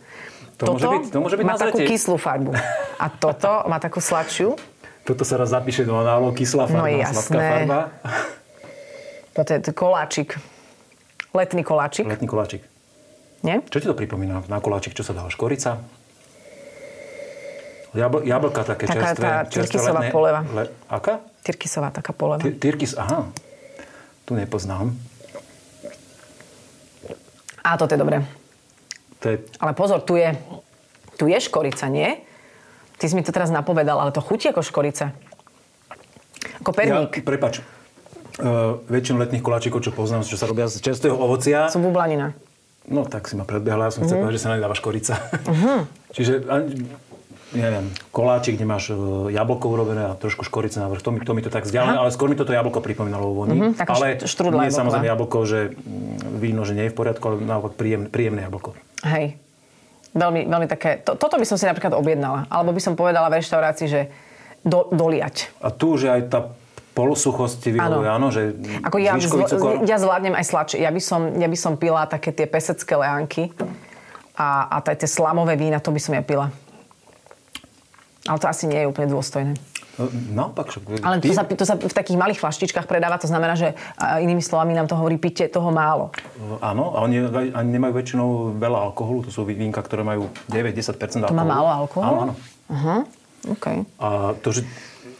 [SPEAKER 3] To môže byť- to môže byť
[SPEAKER 1] má
[SPEAKER 3] na
[SPEAKER 1] takú
[SPEAKER 3] zretie.
[SPEAKER 1] kyslú farbu. A toto má takú sladšiu.
[SPEAKER 3] Toto sa raz zapíše do análov, kyslá farba,
[SPEAKER 1] No
[SPEAKER 3] sladká
[SPEAKER 1] jasné.
[SPEAKER 3] farba.
[SPEAKER 1] Toto je t- koláčik. Letný koláčik.
[SPEAKER 3] Letný koláčik.
[SPEAKER 1] Nie?
[SPEAKER 3] Čo ti to pripomína? Na koláčik, čo sa dáva? Škorica? Jabl- jablka také
[SPEAKER 1] Taká
[SPEAKER 3] čerstvé.
[SPEAKER 1] tá tyrkysová poleva.
[SPEAKER 3] Le- aká?
[SPEAKER 1] Tyrkisová taká poleva.
[SPEAKER 3] Ty- Tyrkis, aha. Tu nepoznám.
[SPEAKER 1] Á, toto je dobré.
[SPEAKER 3] To je
[SPEAKER 1] Ale pozor, tu je, tu je škorica, nie? Ty si mi to teraz napovedal, ale to chutí ako škorica. Ako perník.
[SPEAKER 3] Ja, prepač. Uh, väčšinu letných koláčikov, čo poznám, čo sa robia z čerstvého ovocia,
[SPEAKER 1] Sú bublanina.
[SPEAKER 3] no tak si ma predbehla, ja
[SPEAKER 1] Mhm.
[SPEAKER 3] som chcel povedať, že sa na ne dáva škorica. Mm-hmm. Čiže, ani- neviem, koláčik, kde máš uh, jablko urobené a trošku škorice na vrch, to mi to, mi to tak vzdialené, ale skôr mi toto jablko pripomínalo o voni.
[SPEAKER 1] Mhm, taká
[SPEAKER 3] ale
[SPEAKER 1] št- štrúdla
[SPEAKER 3] nie
[SPEAKER 1] jablková.
[SPEAKER 3] samozrejme jablko, že mm, víno, že nie je v poriadku, ale naopak príjemné, príjemné jablko.
[SPEAKER 1] Hej. Veľmi, veľmi také. To, toto by som si napríklad objednala. Alebo by som povedala v reštaurácii, že do, doliať.
[SPEAKER 3] A tu už je aj tá polosuchosť ti vyhovuje, áno, že
[SPEAKER 1] Ako ja,
[SPEAKER 3] zvyškový
[SPEAKER 1] zl-
[SPEAKER 3] cukor.
[SPEAKER 1] ja zvládnem aj sladšie. Ja by, som, ja by som pila také tie pesecké leánky a, a taj, tie slamové vína, to by som ja pila. Ale to asi nie je úplne dôstojné.
[SPEAKER 3] No, Naopak, však-
[SPEAKER 1] Ale to
[SPEAKER 3] ty-
[SPEAKER 1] sa, to sa v takých malých flaštičkách predáva, to znamená, že a, inými slovami nám to hovorí, pite toho málo.
[SPEAKER 3] eh, Áno, a oni ani nemajú väčšinou veľa alkoholu, to sú vínka, ktoré majú 9-10%
[SPEAKER 1] To
[SPEAKER 3] alkoholu.
[SPEAKER 1] má málo alkoholu?
[SPEAKER 3] Áno, áno.
[SPEAKER 1] Aha, OK.
[SPEAKER 3] A to, že,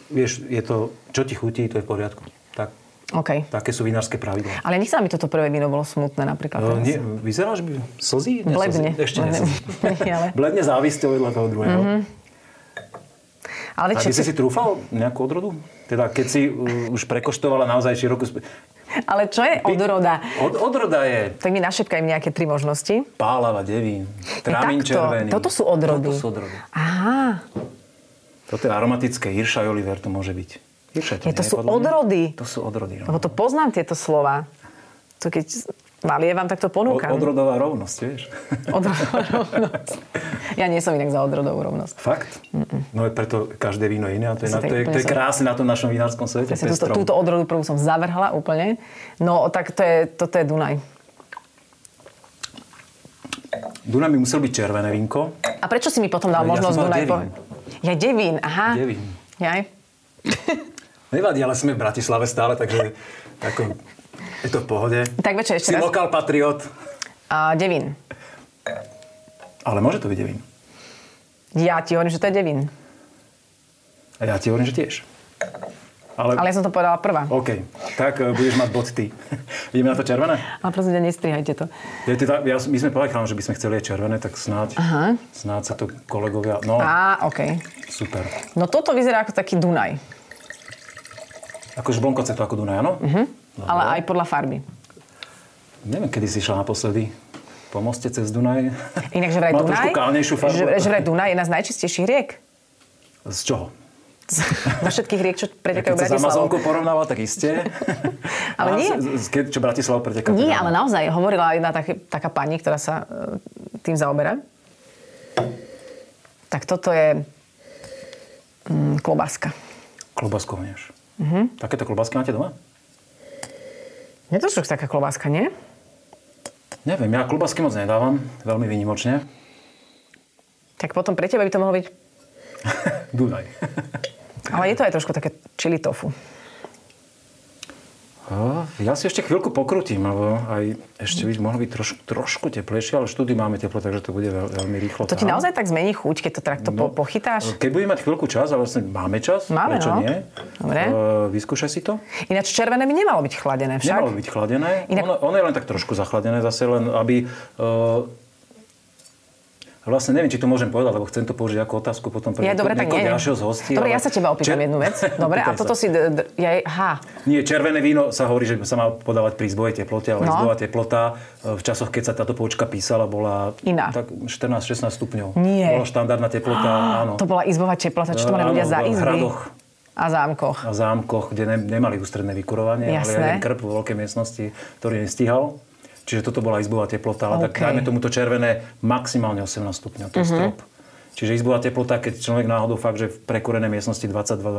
[SPEAKER 3] vieš, je to, čo ti chutí, to je v poriadku. Tak,
[SPEAKER 1] OK.
[SPEAKER 3] také sú vinárske pravidlá.
[SPEAKER 1] Ale nech sa mi toto prvé víno bolo smutné napríklad.
[SPEAKER 3] E,
[SPEAKER 1] teraz.
[SPEAKER 3] Nie, vyzerá, že by slzí? Neslzí.
[SPEAKER 1] Bledne.
[SPEAKER 3] Ešte
[SPEAKER 1] Bledne.
[SPEAKER 3] neslzí.
[SPEAKER 1] Nie, ale- Mhm.
[SPEAKER 3] Bledne závisť vedľa toho druhého.
[SPEAKER 1] Ale
[SPEAKER 3] A ty si si trúfal nejakú odrodu? Teda keď si uh, už prekoštovala naozaj širokú... Spe...
[SPEAKER 1] Ale čo je odroda?
[SPEAKER 3] Od, odroda je
[SPEAKER 1] Tak mi našepkaj nejaké tri možnosti.
[SPEAKER 3] pálava, devín, trámin
[SPEAKER 1] takto.
[SPEAKER 3] červený.
[SPEAKER 1] Toto sú odrody.
[SPEAKER 3] Toto sú odrody.
[SPEAKER 1] Aha,
[SPEAKER 3] Toto je aromatické, Hirša Oliver to môže byť. Hirša
[SPEAKER 1] Nie, to
[SPEAKER 3] nie je,
[SPEAKER 1] sú
[SPEAKER 3] podľa mňa.
[SPEAKER 1] odrody.
[SPEAKER 3] To sú odrody. No.
[SPEAKER 1] lebo to poznám tieto slova. To keď nalievam, tak to
[SPEAKER 3] O-
[SPEAKER 1] ponúkam.
[SPEAKER 3] odrodová rovnosť, vieš.
[SPEAKER 1] Odrodová rovnosť. Ja nie som inak za odrodovú rovnosť.
[SPEAKER 3] Fakt? No je preto každé víno je iné a to je,
[SPEAKER 1] Ja
[SPEAKER 3] na,
[SPEAKER 1] si
[SPEAKER 3] to
[SPEAKER 1] tak
[SPEAKER 3] je, to je
[SPEAKER 1] úplne som-
[SPEAKER 3] krásne na tom našom vinárskom
[SPEAKER 1] Ja
[SPEAKER 3] svete.
[SPEAKER 1] si túto,
[SPEAKER 3] pestrom.
[SPEAKER 1] túto odrodu prvú som zavrhla úplne. No, tak to je, toto je Dunaj.
[SPEAKER 3] Dunaj by musel byť červené vínko.
[SPEAKER 1] A prečo si mi potom dal
[SPEAKER 3] Ale No, ja
[SPEAKER 1] možnosť
[SPEAKER 3] som mal
[SPEAKER 1] Dunaj?
[SPEAKER 3] Devín.
[SPEAKER 1] Ja Devín, aha.
[SPEAKER 3] Devín.
[SPEAKER 1] Jaj.
[SPEAKER 3] Nevadí, ale sme v Bratislave stále, takže ako, je to v pohode.
[SPEAKER 1] Tak večer ešte
[SPEAKER 3] si
[SPEAKER 1] raz.
[SPEAKER 3] lokál patriot.
[SPEAKER 1] A Devín.
[SPEAKER 3] Ale môže to byť devín.
[SPEAKER 1] Ja ti hovorím, že to je Devín.
[SPEAKER 3] A ja ti hovorím, že tiež. Ale,
[SPEAKER 1] Ale ja som to povedala prvá.
[SPEAKER 3] OK, tak e, budeš mať bod ty. Ideme na to červené?
[SPEAKER 1] Ale prosím ťa, nestrihajte to.
[SPEAKER 3] Je teda, ja, my sme povedali chalám, že by sme chceli aj červené, tak snáď,
[SPEAKER 1] Aha.
[SPEAKER 3] snáď sa to kolegovia... No,
[SPEAKER 1] Á, OK.
[SPEAKER 3] super.
[SPEAKER 1] No toto vyzerá ako taký Dunaj.
[SPEAKER 3] Akože blonkoce to ako Dunaj, áno? Uh-huh.
[SPEAKER 1] Ale aj podľa farby.
[SPEAKER 3] Neviem, kedy si šla naposledy po moste cez Dunaj.
[SPEAKER 1] Inak, že vraj
[SPEAKER 3] Má
[SPEAKER 1] Dunaj,
[SPEAKER 3] trošku kalnejšiu
[SPEAKER 1] že,
[SPEAKER 3] farbu.
[SPEAKER 1] že vraj Dunaj je jedna z najčistejších riek.
[SPEAKER 3] Z čoho?
[SPEAKER 1] Z- Zo všetkých riek, čo
[SPEAKER 3] Ja
[SPEAKER 1] pretekajú
[SPEAKER 3] keď sa s
[SPEAKER 1] Bratislavu.
[SPEAKER 3] Amazonkou porovnával, tak iste.
[SPEAKER 1] Ale
[SPEAKER 3] A
[SPEAKER 1] nie.
[SPEAKER 3] z- z- Keď, čo Bratislava preteká.
[SPEAKER 1] Nie,
[SPEAKER 3] teda.
[SPEAKER 1] ale naozaj hovorila jedna tak, taká pani, ktorá sa e, tým zaoberá. Tak toto je mm, klobáska.
[SPEAKER 3] Klobásku honieš.
[SPEAKER 1] Mhm.
[SPEAKER 3] Uh-huh. Takéto klobásky máte doma?
[SPEAKER 1] Je to však taká klobáska, nie?
[SPEAKER 3] Neviem, ja klobásky moc nedávam, veľmi výnimočne.
[SPEAKER 1] Tak potom pre teba by to mohlo byť...
[SPEAKER 3] Dunaj.
[SPEAKER 1] Ale je to aj trošku také chili tofu.
[SPEAKER 3] A No, Ja si ešte chvíľku pokrutím, lebo aj ešte by mohlo byť trošku, trošku teplejšie, ale štúdy máme teplo, takže to bude veľ, veľmi rýchlo.
[SPEAKER 1] To ti
[SPEAKER 3] tam. E,
[SPEAKER 1] naozaj tak zmení chuť, keď to takto po,
[SPEAKER 3] No.
[SPEAKER 1] pochytáš?
[SPEAKER 3] Keď budeme mať chvíľku čas, ale vlastne máme čas,
[SPEAKER 1] Máme,
[SPEAKER 3] prečo
[SPEAKER 1] no.
[SPEAKER 3] nie?
[SPEAKER 1] Dobre.
[SPEAKER 3] E, vyskúšaj si to.
[SPEAKER 1] Ináč červené by nemalo byť chladené však.
[SPEAKER 3] Nemalo byť chladené.
[SPEAKER 1] Inak-
[SPEAKER 3] Ono, ono je len tak trošku zachladené, zase len aby... Uh, vlastne neviem, či to môžem povedať, lebo chcem to použiť ako otázku potom pre
[SPEAKER 1] Ja,
[SPEAKER 3] nieko-
[SPEAKER 1] dobre, tak
[SPEAKER 3] niekoho
[SPEAKER 1] nie.
[SPEAKER 3] ďalšieho z hostí.
[SPEAKER 1] Dobre, ja
[SPEAKER 3] ale-
[SPEAKER 1] sa teba opýtam
[SPEAKER 3] Čer-
[SPEAKER 1] jednu vec. Dobre, a
[SPEAKER 3] Pýtaj
[SPEAKER 1] toto
[SPEAKER 3] sa.
[SPEAKER 1] si... e, d- d- Ja, jej- ha,
[SPEAKER 3] Nie, červené víno sa hovorí, že sa má podávať pri zboje teplote, ale
[SPEAKER 1] No.
[SPEAKER 3] no. zdbová teplota e, v časoch, keď sa táto poučka písala, bola
[SPEAKER 1] Iná.
[SPEAKER 3] tak 14-16 stupňov.
[SPEAKER 1] Nie. Ah,
[SPEAKER 3] Bola štandardná teplota, áno.
[SPEAKER 1] to bola izbová teplota, čo to mali
[SPEAKER 3] Áno,
[SPEAKER 1] ľudia za
[SPEAKER 3] v
[SPEAKER 1] izby.
[SPEAKER 3] hradoch.
[SPEAKER 1] A zámkoch.
[SPEAKER 3] na zámkoch, kde ne, nemali ústredné vykurovanie, ale
[SPEAKER 1] Jasné.
[SPEAKER 3] jeden krb vo veľkej miestnosti, ktorý nestíhal. Čiže toto bola izbová teplota, ale
[SPEAKER 1] OK. Mhm.
[SPEAKER 3] tak dajme tomu to červené maximálne 18 stupňov, to je strop. Čiže izbová teplota, keď človek náhodou fakt, že v prekurenej miestnosti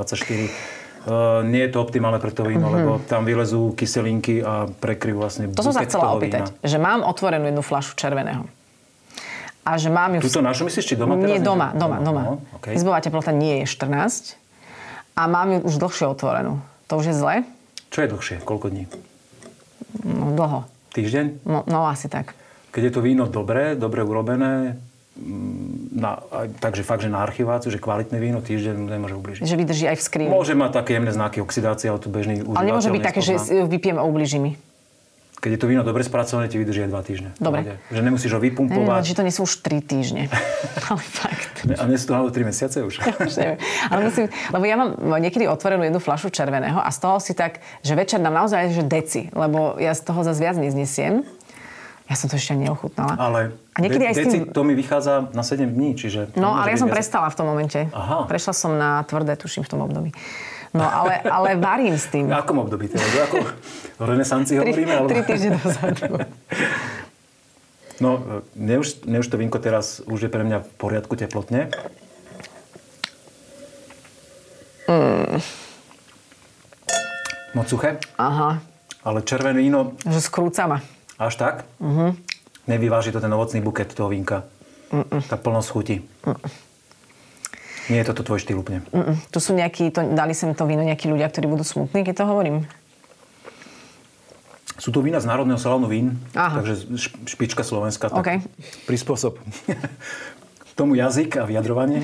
[SPEAKER 3] 22-24, Uh, nie je to optimálne pre to víno, lebo tam vylezú kyselinky a prekryjú
[SPEAKER 1] Mhm.
[SPEAKER 3] vlastne
[SPEAKER 1] To som sa
[SPEAKER 3] buket
[SPEAKER 1] chcela
[SPEAKER 3] toho
[SPEAKER 1] opýtať,
[SPEAKER 3] vína.
[SPEAKER 1] že mám otvorenú jednu flašu červeného. A že mám ju... v-
[SPEAKER 3] Tuto našu myslíš, či doma?
[SPEAKER 1] Nie,
[SPEAKER 3] teraz?
[SPEAKER 1] doma, doma, doma.
[SPEAKER 3] No, okay.
[SPEAKER 1] Izbová teplota nie je 14. A mám ju už dlhšie otvorenú. To už je zle?
[SPEAKER 3] Čo je dlhšie? Koľko dní?
[SPEAKER 1] No, dlho.
[SPEAKER 3] Týždeň?
[SPEAKER 1] No, no asi tak.
[SPEAKER 3] keď je to víno dobré, dobre urobené, mm, na, aj, takže fakt, že na archiváciu, že kvalitné víno týždeň mu nemôže ubližiť.
[SPEAKER 1] Že vydrží aj v skrini.
[SPEAKER 3] Môže mať také jemné znaky oxidácie, ale to bežný užívateľ
[SPEAKER 1] Ale nemôže byť také, že
[SPEAKER 3] nespozná.
[SPEAKER 1] si- vypijem a ubliží mi.
[SPEAKER 3] Keď je to víno dobre spracované, ti vydrží aj dva týždne. V
[SPEAKER 1] Dobre.
[SPEAKER 3] pohode. Že nemusíš ho
[SPEAKER 1] Neviem, ale či
[SPEAKER 3] vypumpovať.
[SPEAKER 1] to nie sú už 3 týždne. ale fakt.
[SPEAKER 3] Ne, a nie sú to alebo 3 mesiace už.
[SPEAKER 1] Už neviem. Ale musím, lebo ja mám niekedy otvorenú jednu flašu červeného a z toho si tak, že večer nám naozaj že deci, lebo ja z toho zase viac neznesiem. Ja som to ešte ani neochutnala.
[SPEAKER 3] Ale
[SPEAKER 1] a niekedy aj s
[SPEAKER 3] deci,
[SPEAKER 1] tým...
[SPEAKER 3] to mi vychádza na 7 dní, čiže...
[SPEAKER 1] No,
[SPEAKER 3] nemôže
[SPEAKER 1] ale ja
[SPEAKER 3] byť
[SPEAKER 1] som
[SPEAKER 3] viac.
[SPEAKER 1] prestala v tom momente.
[SPEAKER 3] Aha.
[SPEAKER 1] Prešla som na tvrdé, tuším, v tom období. No, ale, ale varím s tým.
[SPEAKER 3] V akom období teda? Do Ako o renesancii
[SPEAKER 1] Tri,
[SPEAKER 3] hovoríme? Alebo...
[SPEAKER 1] tri týždne dozadu.
[SPEAKER 3] No, mne už, mne už to vinko teraz už je pre mňa v poriadku teplotne. Moc suché,
[SPEAKER 1] Aha,
[SPEAKER 3] ale červené víno
[SPEAKER 1] že skrúca ma.
[SPEAKER 3] až tak. Uh-huh. Nevyváži to ten ovocný buket toho vínka. Uh-uh. Tá plnosť chuti. Uh-uh. Nie je toto tvoj štýl úplne.
[SPEAKER 1] Mm, Tu sú nejakí, to, dali sem to víno nejakí ľudia, ktorí budú smutní, keď to hovorím.
[SPEAKER 3] Sú tu vína z Národného salónu vín,
[SPEAKER 1] Aha.
[SPEAKER 3] takže šp- špička Slovenska. Tak
[SPEAKER 1] OK.
[SPEAKER 3] Prispôsob tomu jazyk a vyjadrovanie.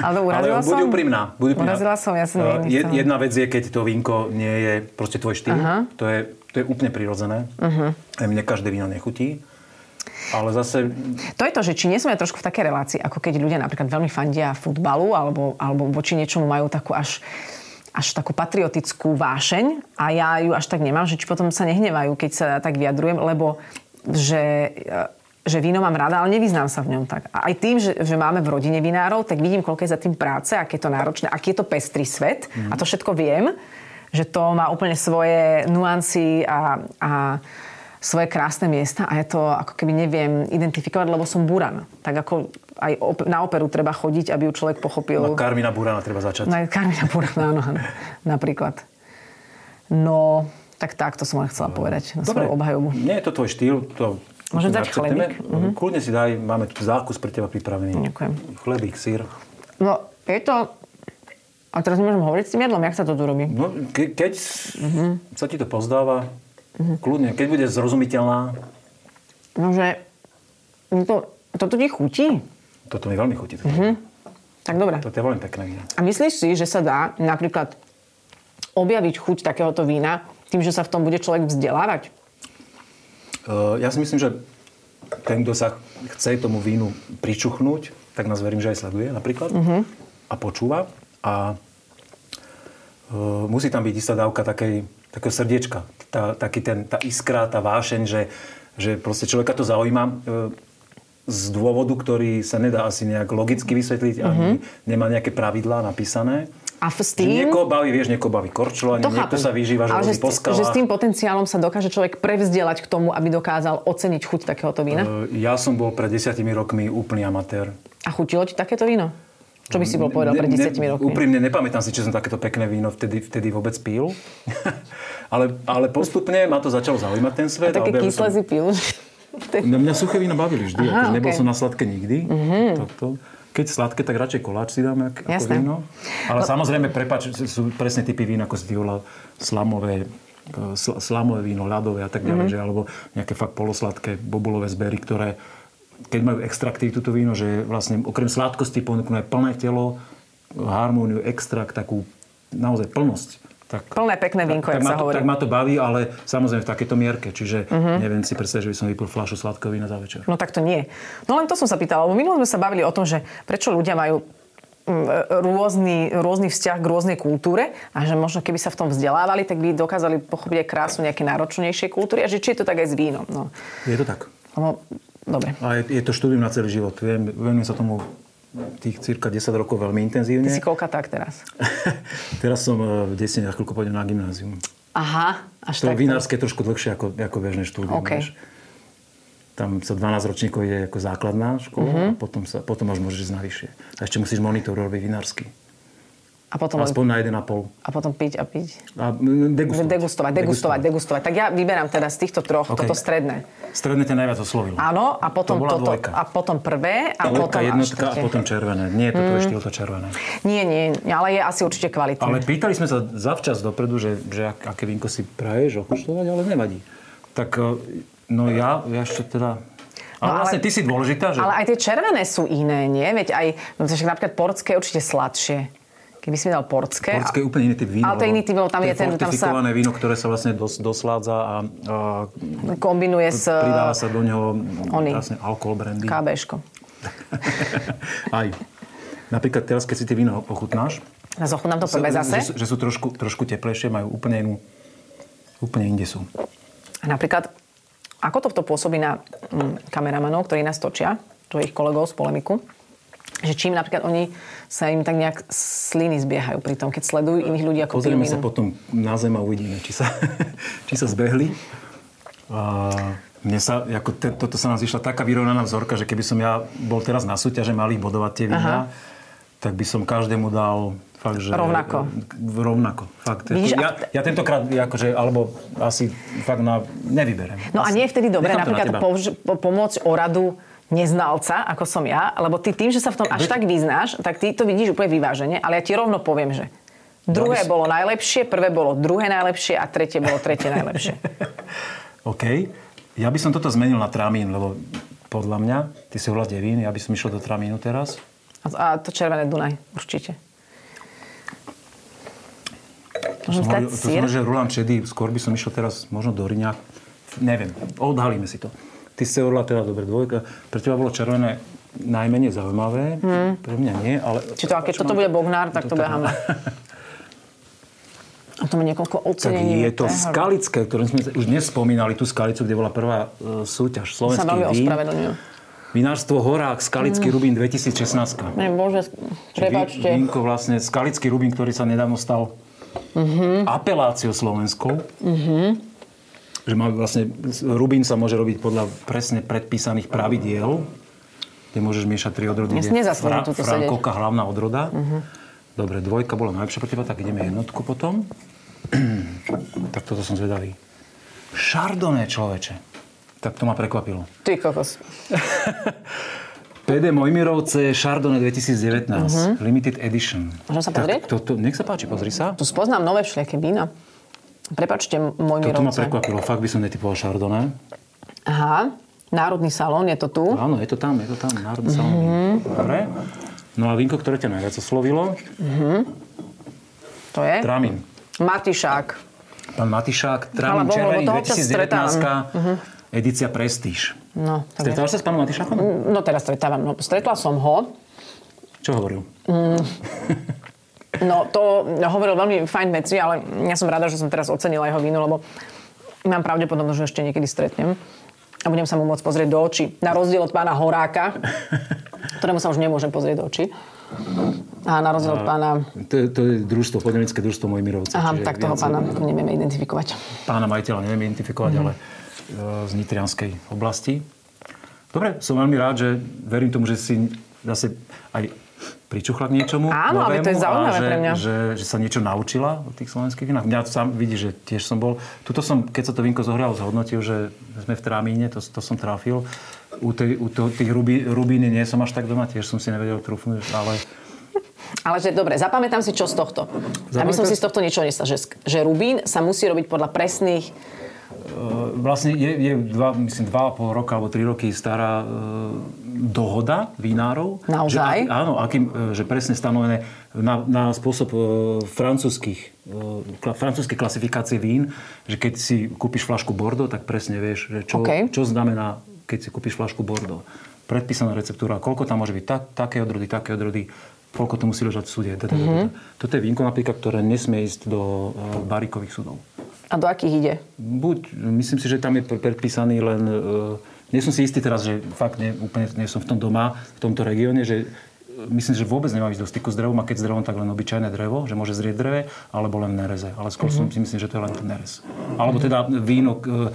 [SPEAKER 1] Ale urazila
[SPEAKER 3] Ale buď
[SPEAKER 1] som?
[SPEAKER 3] úprimná. Buď úprimná.
[SPEAKER 1] Urazila som, ja som
[SPEAKER 3] Eh,
[SPEAKER 1] nechcela.
[SPEAKER 3] jed- Jedna vec je, keď to vínko nie je proste tvoj štýl. To je, to je úplne prirodzené.
[SPEAKER 1] Mhm.
[SPEAKER 3] Uh-huh. Mne každé víno nechutí. Ale zase
[SPEAKER 1] To je to, že či nie sme trošku v takej relácii, ako keď ľudia napríklad veľmi fandia futbalu alebo, alebo voči niečomu majú takú až až takú patriotickú vášeň a ja ju až tak nemám, že či potom sa nehnevajú, keď sa tak vyjadrujem, lebo že, e, že víno mám rada, ale nevyznám sa v ňom tak. A aj tým, že, že máme v rodine vinárov, tak vidím, koľko je za tým práce, aké je to náročné, aký je to pestrý svet mm. a to všetko viem, že to má úplne svoje nuancy a, a svoje krásne miesta a ja to ako keby neviem identifikovať, lebo som buran. Tak ako aj op- na operu treba chodiť, aby ju človek
[SPEAKER 3] na
[SPEAKER 1] pochopil.
[SPEAKER 3] Karmina Burana treba začať.
[SPEAKER 1] Na Karmina Burana, áno, áno, napríklad. No, tak tak, to som len chcela povedať na svoju obhajobu.
[SPEAKER 3] Nie je to tvoj štýl. To
[SPEAKER 1] Môžem dať
[SPEAKER 3] akceptujeme.
[SPEAKER 1] chlebík? Mhm.
[SPEAKER 3] Kľudne si daj, máme tu zákus pre teba pripravený.
[SPEAKER 1] Ďakujem.
[SPEAKER 3] Chlebík, sír.
[SPEAKER 1] No, je to... A teraz nemôžem hovoriť s tým jedlom, jak sa to tu robí?
[SPEAKER 3] No, ke, keď uh-huh. sa ti to pozdáva, uh-huh. kľudne, keď bude zrozumiteľná,
[SPEAKER 1] No, že... mi To, toto ti chutí?
[SPEAKER 3] toto mi veľmi chutí. Uh-huh.
[SPEAKER 1] Tak dobre.
[SPEAKER 3] Toto je veľmi pekné víno.
[SPEAKER 1] A myslíš si, že sa dá napríklad objaviť chuť takéhoto vína tým, že sa v tom bude človek vzdelávať?
[SPEAKER 3] Uh, ja si myslím, že ten, kto sa chce tomu vínu pričuchnúť, tak nás verím, že aj sleduje napríklad
[SPEAKER 1] Mhm.
[SPEAKER 3] uh-huh. a počúva a uh, musí tam byť istá dávka takej, takého srdiečka, tá, taký ten, tá iskra, tá vášeň, že, že proste človeka to zaujíma uh, z dôvodu, ktorý sa nedá asi nejak logicky vysvetliť, uh-huh. ani nemá nejaké pravidlá napísané.
[SPEAKER 1] A f- s
[SPEAKER 3] Že
[SPEAKER 1] Mhm. tým...
[SPEAKER 3] niekoho baví, vieš, niekoho baví korčľovanie, niekto
[SPEAKER 1] chápem.
[SPEAKER 3] sa vyžíva, že
[SPEAKER 1] Ale
[SPEAKER 3] robí
[SPEAKER 1] s-
[SPEAKER 3] po skalách.
[SPEAKER 1] že s tým potenciálom sa dokáže človek prevzdelať k tomu, aby dokázal oceniť chuť takéhoto vína.
[SPEAKER 3] E, Ja som bol pred desiatimi rokmi úplný amatér.
[SPEAKER 1] A chutilo ti takéto víno? Čo by si bol povedal pred 10 rokmi?
[SPEAKER 3] Úprimne nepamätám si, či som takéto pekné víno vtedy, vtedy vôbec pil. ale, ale postupne ma to začalo zaujímať ten
[SPEAKER 1] A
[SPEAKER 3] svet.
[SPEAKER 1] také
[SPEAKER 3] objavil
[SPEAKER 1] kyslé
[SPEAKER 3] som-
[SPEAKER 1] si pil.
[SPEAKER 3] No, mňa suché vína bavili vždy,
[SPEAKER 1] Aha,
[SPEAKER 3] akože nebol
[SPEAKER 1] okej.
[SPEAKER 3] som na sladké nikdy. Toto. Keď sladké, tak radšej koláč si dám ak, ako
[SPEAKER 1] Jasné. No-
[SPEAKER 3] víno. Ale samozrejme, prepáč, sú presne typy vín, ako si ty volal, slamové, e, sl- slamové víno, ľadové a tak ďalej,
[SPEAKER 1] Mhm.
[SPEAKER 3] že, alebo nejaké fakt polosladké bobulové zbery, ktoré keď majú extraktivitu to víno, že vlastne okrem sladkosti ponúknú aj plné telo, harmóniu, extrakt, takú naozaj plnosť. Tak,
[SPEAKER 1] Plné pekné vínko, jak
[SPEAKER 3] tak, ma
[SPEAKER 1] sa
[SPEAKER 3] to,
[SPEAKER 1] hovorí.
[SPEAKER 3] tak ma to baví, ale samozrejme v takejto mierke. Čiže uh-huh. neviem si predstaviť, že by som vypil fľašu sladkého vína za večer.
[SPEAKER 1] No tak to nie. No len to som sa pýtala, lebo minulé sme sa bavili o tom, že prečo ľudia majú mm, e, rôzny, rôzny vzťah k rôznej kultúre a že možno keby sa v tom vzdelávali, tak by dokázali pochopiť aj krásu nejaké náročnejšej kultúry a že či je to tak aj s vínom. No.
[SPEAKER 3] Je to tak.
[SPEAKER 1] Lebo, dobre.
[SPEAKER 3] A je, je to štúdium na celý život. Viem, venujem sa tomu tých cirka 10 rokov veľmi
[SPEAKER 1] Ty
[SPEAKER 3] intenzívne.
[SPEAKER 1] si koľka tak teraz?
[SPEAKER 3] Teraz som e, v 10 a chvíľku pôjdem na gymnázium.
[SPEAKER 1] Aha, až tak.
[SPEAKER 3] To vinárske je trošku dlhšie ako, ako bežné štúdium.
[SPEAKER 1] OK.
[SPEAKER 3] vieš. Tam sa 12 ročníkov je ako základná škola
[SPEAKER 1] Mhm.
[SPEAKER 3] a potom, sa, potom až môžeš ísť na vyššie. A ešte musíš monitor robiť vinársky.
[SPEAKER 1] A potom, len-
[SPEAKER 3] Aspoň na 1,5.
[SPEAKER 1] a potom piť a piť.
[SPEAKER 3] A
[SPEAKER 1] Že
[SPEAKER 3] mm, degustovať.
[SPEAKER 1] degustovať, degustovať, degustovať. Tak ja vyberám teda z týchto troch
[SPEAKER 3] OK.
[SPEAKER 1] toto stredné.
[SPEAKER 3] Stredne ten najviac oslovil.
[SPEAKER 1] Áno, a potom
[SPEAKER 3] To bola
[SPEAKER 1] toto.
[SPEAKER 3] dvojka.
[SPEAKER 1] A potom prvé, a potom
[SPEAKER 3] Dvojka,
[SPEAKER 1] až
[SPEAKER 3] jednotka a
[SPEAKER 1] tretie. Mhm.
[SPEAKER 3] potom červené. Nie je to tvoj štýl, to červené.
[SPEAKER 1] Nie, nie, ale je asi určite kvalitné.
[SPEAKER 3] Ale pýtali sme sa zavčas dopredu, že, že ak, aké eh, vínko si praješ okuštovať, ale nevadí. Tak e, no ja, ja ešte teda... Ale
[SPEAKER 1] No, ale-
[SPEAKER 3] vlastne ty si dôležitá, že...
[SPEAKER 1] Ale aj tie červené sú iné, nie? Veď aj, no, však napríklad portské je určite sladšie. Keby si mi dal portské...
[SPEAKER 3] Portské je úplne iný typ vína.
[SPEAKER 1] Ale to je iný typ, lebo tam je
[SPEAKER 3] to
[SPEAKER 1] ten, tam sa
[SPEAKER 3] fortifikované víno, ktoré sa vlastne dos, dosládza a, a
[SPEAKER 1] kombinuje s eh,
[SPEAKER 3] pridáva sa do neho
[SPEAKER 1] Oný.
[SPEAKER 3] vlastne alkohol brandy.
[SPEAKER 1] KBčkom.
[SPEAKER 3] Aj. Napríklad teraz, keď si ty víno ochutnáš,
[SPEAKER 1] Na zochutnám to
[SPEAKER 3] sa-
[SPEAKER 1] prvé
[SPEAKER 3] že,
[SPEAKER 1] zase.
[SPEAKER 3] sú- že sú trošku, trošku teplejšie, majú úplne inú, úplne inde sú.
[SPEAKER 1] A napríklad, ako to, to pôsobí na mm, kameramanov, ktorí nás točia, tvojich kolegov z polemiku, že čím napríklad oni sa im tak nejak sliny zbiehajú pri tom, keď sledujú iných ľudí ako
[SPEAKER 3] Pozrieme
[SPEAKER 1] pijú
[SPEAKER 3] sa
[SPEAKER 1] víno.
[SPEAKER 3] potom na zem a uvidíme, či sa, či sa zbehli. A mne sa, ako te, toto sa nám zišla taká vyrovnaná vzorka, že keby som ja bol teraz na súťaže malých bodovať tie vína, tak by som každému dal fakt, že...
[SPEAKER 1] Rovnako.
[SPEAKER 3] V- Rovnako, fakt.
[SPEAKER 1] Vidíš,
[SPEAKER 3] ja, ja tentokrát, akože, alebo asi fakt na... Nevyberem.
[SPEAKER 1] No a
[SPEAKER 3] Asi.
[SPEAKER 1] nie je vtedy dobre
[SPEAKER 3] Nechám to na
[SPEAKER 1] napríklad
[SPEAKER 3] teba.
[SPEAKER 1] použ- po, pomôcť oradu neznalca, ako som ja, lebo ty tým, že sa v tom až
[SPEAKER 3] Veď-
[SPEAKER 1] tak vyznáš, tak ty to vidíš úplne vyvážene, ale ja ti rovno poviem, že druhé
[SPEAKER 3] Dali si-
[SPEAKER 1] bolo najlepšie, prvé bolo druhé najlepšie a tretie bolo tretie najlepšie.
[SPEAKER 3] OK. Ja by som toto zmenil na tramín, lebo podľa mňa, ty si ohľadne vín, ja by som išiel do tramínu teraz.
[SPEAKER 1] A, a to červené Dunaj, určite.
[SPEAKER 3] To
[SPEAKER 1] Môžem
[SPEAKER 3] som
[SPEAKER 1] stať
[SPEAKER 3] hovoril- to
[SPEAKER 1] sír?
[SPEAKER 3] som hovoril, že Roland Čedy, skôr by som išiel teraz možno do Riňa. Neviem, odhalíme si to. Ty si orla teda dobre dvojka. Pre teba bolo červené najmenej zaujímavé, pre mňa nie, ale...
[SPEAKER 1] Hmm. Či to, a keď toto bude Bognár,
[SPEAKER 3] No
[SPEAKER 1] tak to beháme. A to má niekoľko
[SPEAKER 3] Tak
[SPEAKER 1] ocenení.
[SPEAKER 3] je to Skalické, ktorým sme už dnes spomínali, tú Skalicu, kde bola prvá e, súťaž
[SPEAKER 1] Sa veľmi
[SPEAKER 3] slovenských vín.
[SPEAKER 1] ospravedlňujem.
[SPEAKER 3] Vinárstvo Horák,
[SPEAKER 1] Hmm.
[SPEAKER 3] Skalický Rubín 2016.
[SPEAKER 1] Ne, bože,
[SPEAKER 3] Čiže
[SPEAKER 1] prepačte.
[SPEAKER 3] vý- Vínko vlastne, Skalický Rubín, ktorý sa nedávno stal
[SPEAKER 1] Mhm.
[SPEAKER 3] apeláciou slovenskou. Že má vlastne, Rubín sa môže robiť podľa presne predpísaných pravidiel, kde môžeš miešať tri odrody.
[SPEAKER 1] Dnes
[SPEAKER 3] kde je
[SPEAKER 1] nezaslúži tuto sedieť. Mhm.
[SPEAKER 3] Frankovka, hlavná odroda. Dobre, dvojka bola najlepšia pre teba, tak ideme jednotku potom. tak toto som zvedavý. Chardonnay, človeče. Tak to ma prekvapilo.
[SPEAKER 1] Ty kokos.
[SPEAKER 3] PD Mojmirovce Chardonnay 2019, limited edition.
[SPEAKER 1] Mhm. Môžem sa pozrieť?
[SPEAKER 3] Tak toto, nech sa páči, pozri sa.
[SPEAKER 1] Tu spoznám nové všelijaké vína. Prepačte, môj
[SPEAKER 3] Toto ma
[SPEAKER 1] mirovce.
[SPEAKER 3] prekvapilo, fakt by som netypoval Chardonnay.
[SPEAKER 1] Aha, Národný salón, je to tu.
[SPEAKER 3] Áno, je to tam, je to tam, Národný salón.
[SPEAKER 1] Mhm.
[SPEAKER 3] Dobre. No a vinko, ktoré ťa najviac oslovilo?
[SPEAKER 1] To je.
[SPEAKER 3] Tramín.
[SPEAKER 1] Matišák.
[SPEAKER 3] Pán Matišák,
[SPEAKER 1] Ale
[SPEAKER 3] Tramín
[SPEAKER 1] bohu,
[SPEAKER 3] Červený
[SPEAKER 1] toho občas
[SPEAKER 3] 2019, edícia Prestíž.
[SPEAKER 1] No, tak je.
[SPEAKER 3] Stretávaš sa s pánom Matišákom?
[SPEAKER 1] no teraz stretávam. No, stretla som ho.
[SPEAKER 3] Čo hovoril?
[SPEAKER 1] No to hovoril veľmi fajn veci, ale ja som rada, že som teraz ocenila jeho víno, lebo mám pravdepodobnosť, že ešte niekedy stretnem a budem sa mu môcť pozrieť do očí. Na rozdiel od pána Horáka, ktorému sa už nemôžem pozrieť do očí. A na rozdiel od pána...
[SPEAKER 3] To, je- to je družstvo, podnemické družstvo Mojmirovce.
[SPEAKER 1] Aha,
[SPEAKER 3] No. čiže
[SPEAKER 1] tak toho
[SPEAKER 3] viac-
[SPEAKER 1] pána tu nevieme identifikovať.
[SPEAKER 3] pána majiteľa neviem identifikovať,
[SPEAKER 1] Mhm.
[SPEAKER 3] ale e, z nitrianskej oblasti. Dobre, som veľmi rád, že verím tomu, že si zase aj pričuchla k niečomu
[SPEAKER 1] Áno, ale
[SPEAKER 3] novému
[SPEAKER 1] to je zaujímavé
[SPEAKER 3] a že,
[SPEAKER 1] pre mňa.
[SPEAKER 3] Že, že, sa niečo naučila o tých slovenských vinách. Mňa sám vidí, že tiež som bol... Tuto som, keď sa to vinko zohralo, zhodnotil, že sme v Trámíne, to, to som trafil. U, tej, u to, tých rubí, rubíny nie som až tak doma, tiež som si nevedel trúfnuť, ale...
[SPEAKER 1] Ale že dobre, zapamätám si čo z tohto. Aby som
[SPEAKER 3] Zapamätáš
[SPEAKER 1] si z tohto niečo nesla. Že, sk- že rubín sa musí robiť podľa presných...
[SPEAKER 3] Vlastne je, je dva, myslím, dva a pol roka alebo tri roky stará e, dohoda vinárov.
[SPEAKER 1] Naozaj?
[SPEAKER 3] Že, aký- áno, akým, e, že presne stanovené na, na spôsob e, francúzskych, e, kla, francúzskej klasifikácie vín, že keď si kúpiš flašku Bordeaux, tak presne vieš, že čo,
[SPEAKER 1] OK.
[SPEAKER 3] čo znamená, keď si kúpiš flašku Bordeaux. Predpísaná receptúra, koľko tam môže byť tak, také odrody, také odrody, koľko to musí ležať v súde. teda,
[SPEAKER 1] Mhm.
[SPEAKER 3] teda, teda. Toto je vínko napríklad, ktoré nesmie ísť do e, barikových súdov.
[SPEAKER 1] A do akých ide?
[SPEAKER 3] Buď, myslím si, že tam je pre- predpísaný len... E, nie som si istý teraz, že fakt nie, úplne nie som v tom doma, v tomto regióne, že e, myslím, že vôbec nemá ísť do styku s drevom a keď s drevom, tak len obyčajné drevo, že môže zrieť dreve, alebo len nereze. Ale skôr
[SPEAKER 1] Mhm.
[SPEAKER 3] som si myslím, že to je len ten nerez. Alebo teda víno, k-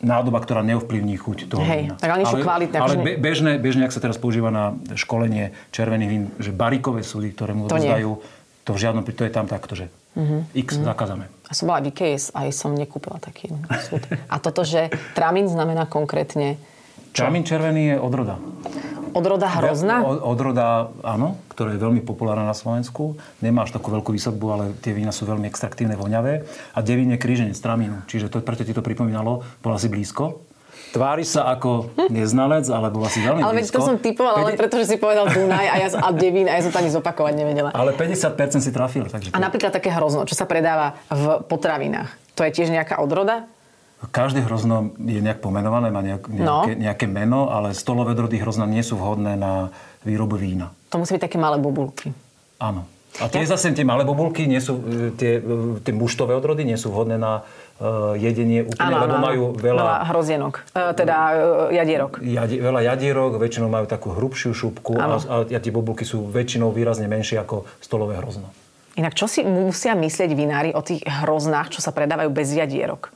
[SPEAKER 3] nádoba, ktorá neovplyvní chuť toho
[SPEAKER 1] Hej,
[SPEAKER 3] vína.
[SPEAKER 1] tak ale niečo kvalitné,
[SPEAKER 3] Ale
[SPEAKER 1] akože-
[SPEAKER 3] be, bežné, bežne, ak sa teraz používa na školenie červených vín, že barikové súdy, ktoré mu
[SPEAKER 1] To nie. Mhm.
[SPEAKER 3] odozdajú, to v žiadnom pri- to je tam takto, že X zakázané.
[SPEAKER 1] A som bola v Ikei a aj som nekúpila taký jeden súd. A toto, že tramín znamená konkrétne
[SPEAKER 3] Čamín červený je odroda.
[SPEAKER 1] odroda hrozna?
[SPEAKER 3] O- Odroda, áno, ktorá je veľmi populárna na Slovensku. Nemá až takú veľkú výsadbu, ale tie vína sú veľmi extraktívne, voňavé. A devín je kríženec tramínu, čiže to, preto ti to pripomínalo, bola si blízko. tvári sa ako neznalec, alebo asi veľmi
[SPEAKER 1] Ale veď to
[SPEAKER 3] blízko.
[SPEAKER 1] som typovala len preto, že si povedal Dunaj a ja a Devín a ja som to ani zopakovať nevedela.
[SPEAKER 3] Ale 50% si trafil, takže
[SPEAKER 1] A napríklad také hrozno, čo sa predáva v potravinách. To je tiež nejaká odroda?
[SPEAKER 3] každé hrozno je nejak pomenované, má nejak, nejaké,
[SPEAKER 1] No.
[SPEAKER 3] nejaké meno, ale stolové drody hrozna nie sú vhodné na výrobu vína.
[SPEAKER 1] To musí byť také malé bobulky.
[SPEAKER 3] Áno. A tie zase tie malé bobulky, nie sú, e, tie, e, tie muštové odrody nie sú vhodné na uh, jedenie úplne, lebo majú veľa,
[SPEAKER 1] veľa hrozienok. E, teda e, jadierok.
[SPEAKER 3] jade, veľa jadierok, väčšinou majú takú hrubšiu šupku a,
[SPEAKER 1] Áno.
[SPEAKER 3] a, a tie bobulky sú väčšinou výrazne menšie ako stolové hrozno.
[SPEAKER 1] Inak čo si musia myslieť vinári o tých hroznách, čo sa predávajú bez jadierok?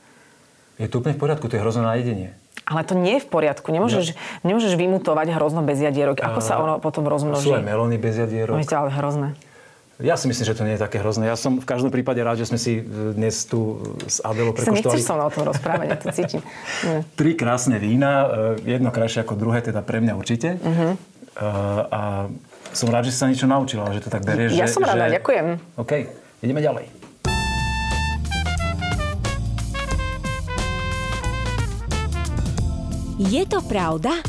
[SPEAKER 3] Je to úplne v poriadku, to je hrozno na jedenie.
[SPEAKER 1] Ale to nie je v poriadku. Nemôžeš,
[SPEAKER 3] No.
[SPEAKER 1] nemôžeš vymutovať hrozno bez jadierok. Ako sa ono potom rozmnoží?
[SPEAKER 3] E, Sú aj melóny bez jadierok.
[SPEAKER 1] No je to ale hrozné.
[SPEAKER 3] Ja si myslím, že to nie je také hrozné. Ja som v každom prípade rád, že sme si e, dnes tu e, s Adelou
[SPEAKER 1] Ty Sa
[SPEAKER 3] prekoštovali
[SPEAKER 1] nechceš so mnou o tom rozprávať, ja to cítim. Mm.
[SPEAKER 3] tri krásne vína, e, jedno krajšie ako druhé, teda pre mňa
[SPEAKER 1] Mhm.
[SPEAKER 3] určite. Uh-huh. A som rád, že si sa niečo naučila, že to tak berieš.
[SPEAKER 1] Ja
[SPEAKER 3] že,
[SPEAKER 1] som rada,
[SPEAKER 3] že...
[SPEAKER 1] ďakujem.
[SPEAKER 3] OK, ideme ďalej.
[SPEAKER 4] Je to pravda?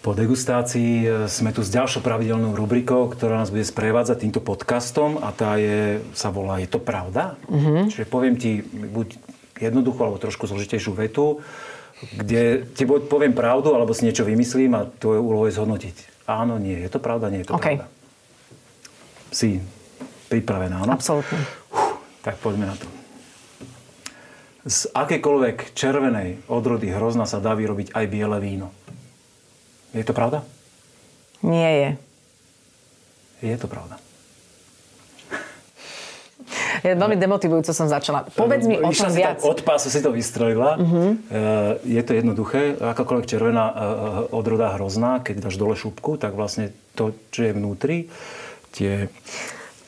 [SPEAKER 3] Po degustácii e, sme tu s ďalšou pravidelnou rubrikou, ktorá nás bude sprevádzať týmto podcastom a tá je, sa volá Je to pravda? Mm-hmm. Čiže poviem ti buď jednoduchú alebo trošku zložitejšiu vetu, kde ti buď poviem pravdu alebo si niečo vymyslím a tvojou úlohou je zhodnotiť. Áno, nie, je to pravda, nie je
[SPEAKER 1] OK.
[SPEAKER 3] to pravda. Si pripravená, áno?
[SPEAKER 1] Absolútne.
[SPEAKER 3] Uf, tak poďme na to. Z akékoľvek červenej odrody hrozna sa dá vyrobiť aj biele víno. Je to pravda?
[SPEAKER 1] Nie je.
[SPEAKER 3] Je to pravda.
[SPEAKER 1] Ja veľmi demotivujúco som začala. Povedz mi o
[SPEAKER 3] No. Išla
[SPEAKER 1] tom
[SPEAKER 3] si
[SPEAKER 1] viac. Mhm.
[SPEAKER 3] Tak od pásu si to vystrelila. E, Je to jednoduché. Akákoľvek červená e, e, odroda hrozná, keď dáš dole šupku, tak vlastne to, čo je vnútri, tie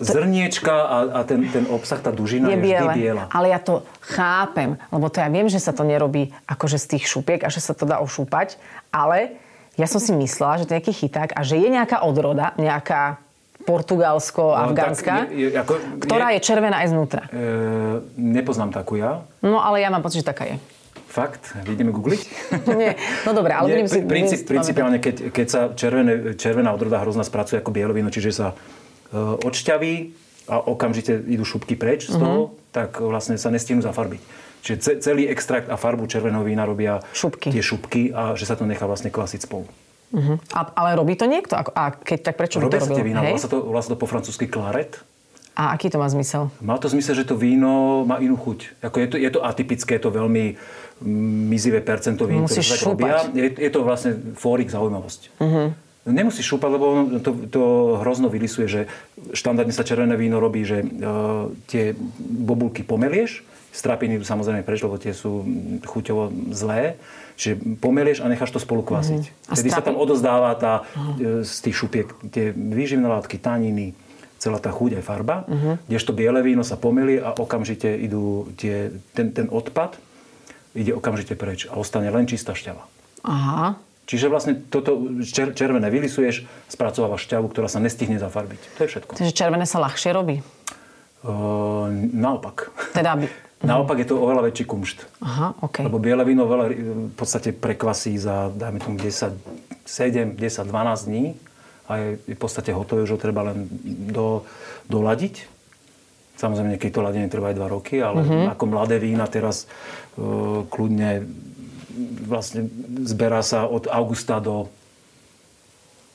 [SPEAKER 3] zrniečka a, a ten, ten obsah, tá dužina
[SPEAKER 1] je
[SPEAKER 3] je,
[SPEAKER 1] biele.
[SPEAKER 3] vždy biela.
[SPEAKER 1] Ale ja to chápem, lebo to ja viem, že sa to nerobí akože z tých šupiek a že sa to dá ošúpať, ale ja som si myslela, že to je nejaký chyták a že je nejaká odroda, nejaká
[SPEAKER 3] No, tak
[SPEAKER 1] portugalsko-afgánska,
[SPEAKER 3] je- je- ako-
[SPEAKER 1] ktorá je červená aj znútra.
[SPEAKER 3] E, nepoznám takú ja.
[SPEAKER 1] No ale ja mám pocit, že taká je.
[SPEAKER 3] Fakt, ideme googliť.
[SPEAKER 1] Nie. No dobre, ale budem si...
[SPEAKER 3] pri-
[SPEAKER 1] budem
[SPEAKER 3] princíp,
[SPEAKER 1] si
[SPEAKER 3] principiálne, keď, keď sa červené, červená odroda hrozna spracuje ako biele víno, čiže sa e, odšťaví a okamžite idú šupky preč z toho,
[SPEAKER 1] Mhm.
[SPEAKER 3] tak vlastne sa nestihnú zafarbiť. Čiže ce- celý extrakt a farbu červeného vína robia
[SPEAKER 1] Šupky.
[SPEAKER 3] tie šupky a že sa to nechá vlastne klasiť spolu.
[SPEAKER 1] Mhm. A, ale robí to niekto? Ako- A keď tak prečo by to
[SPEAKER 3] Robia sa tie
[SPEAKER 1] robil?
[SPEAKER 3] vína,
[SPEAKER 1] Hej?
[SPEAKER 3] volá sa, to, volá sa to po francúzsky claret.
[SPEAKER 1] A aký to má zmysel?
[SPEAKER 3] Má to zmysel, že to víno má inú chuť. Ako je, to, je to atypické, je to veľmi mm, mizivé percento vín, ktoré
[SPEAKER 1] Musíš
[SPEAKER 3] sa tak robia.
[SPEAKER 1] šúpať.
[SPEAKER 3] Je, je to vlastne fórik zaujímavosť. Nemusíš šúpať, lebo ono to, to hrozno vylisuje, že štandardne sa červené víno robí, že e, tie bobulky pomelieš, strapiny idú samozrejme preč, lebo tie sú mm, chuťovo zlé, čiže pomelieš a necháš to spolu kvasiť.
[SPEAKER 1] A
[SPEAKER 3] Vtedy sa
[SPEAKER 1] strapy-
[SPEAKER 3] tam odozdáva tá, e, z tých šupiek tie výživné látky, taniny, celá tá chuť aj farba, kdežto biele víno sa pomýli a okamžite idú tie, ten, ten odpad ide okamžite preč a ostane len čistá šťava.
[SPEAKER 1] Aha.
[SPEAKER 3] Čiže vlastne toto čer, červené vylisuješ, spracovávaš šťavu, ktorá sa nestihne zafarbiť. To je všetko.
[SPEAKER 1] Takže červené sa ľahšie robí.
[SPEAKER 3] E, naopak.
[SPEAKER 1] Teda by...
[SPEAKER 3] Naopak je to oveľa väčší kumšt.
[SPEAKER 1] Aha, OK.
[SPEAKER 3] Lebo biele víno veľa, eh, v podstate prekvasí za, dajme tomu, 10, 7, 10, 12 dní a je je v podstate hotové, už ho treba len do, doladiť. Samozrejme, niekedy to ladenie trvá aj 2 roky, ale ako mladé vína teraz e, kľudne vlastne zberá sa od augusta do,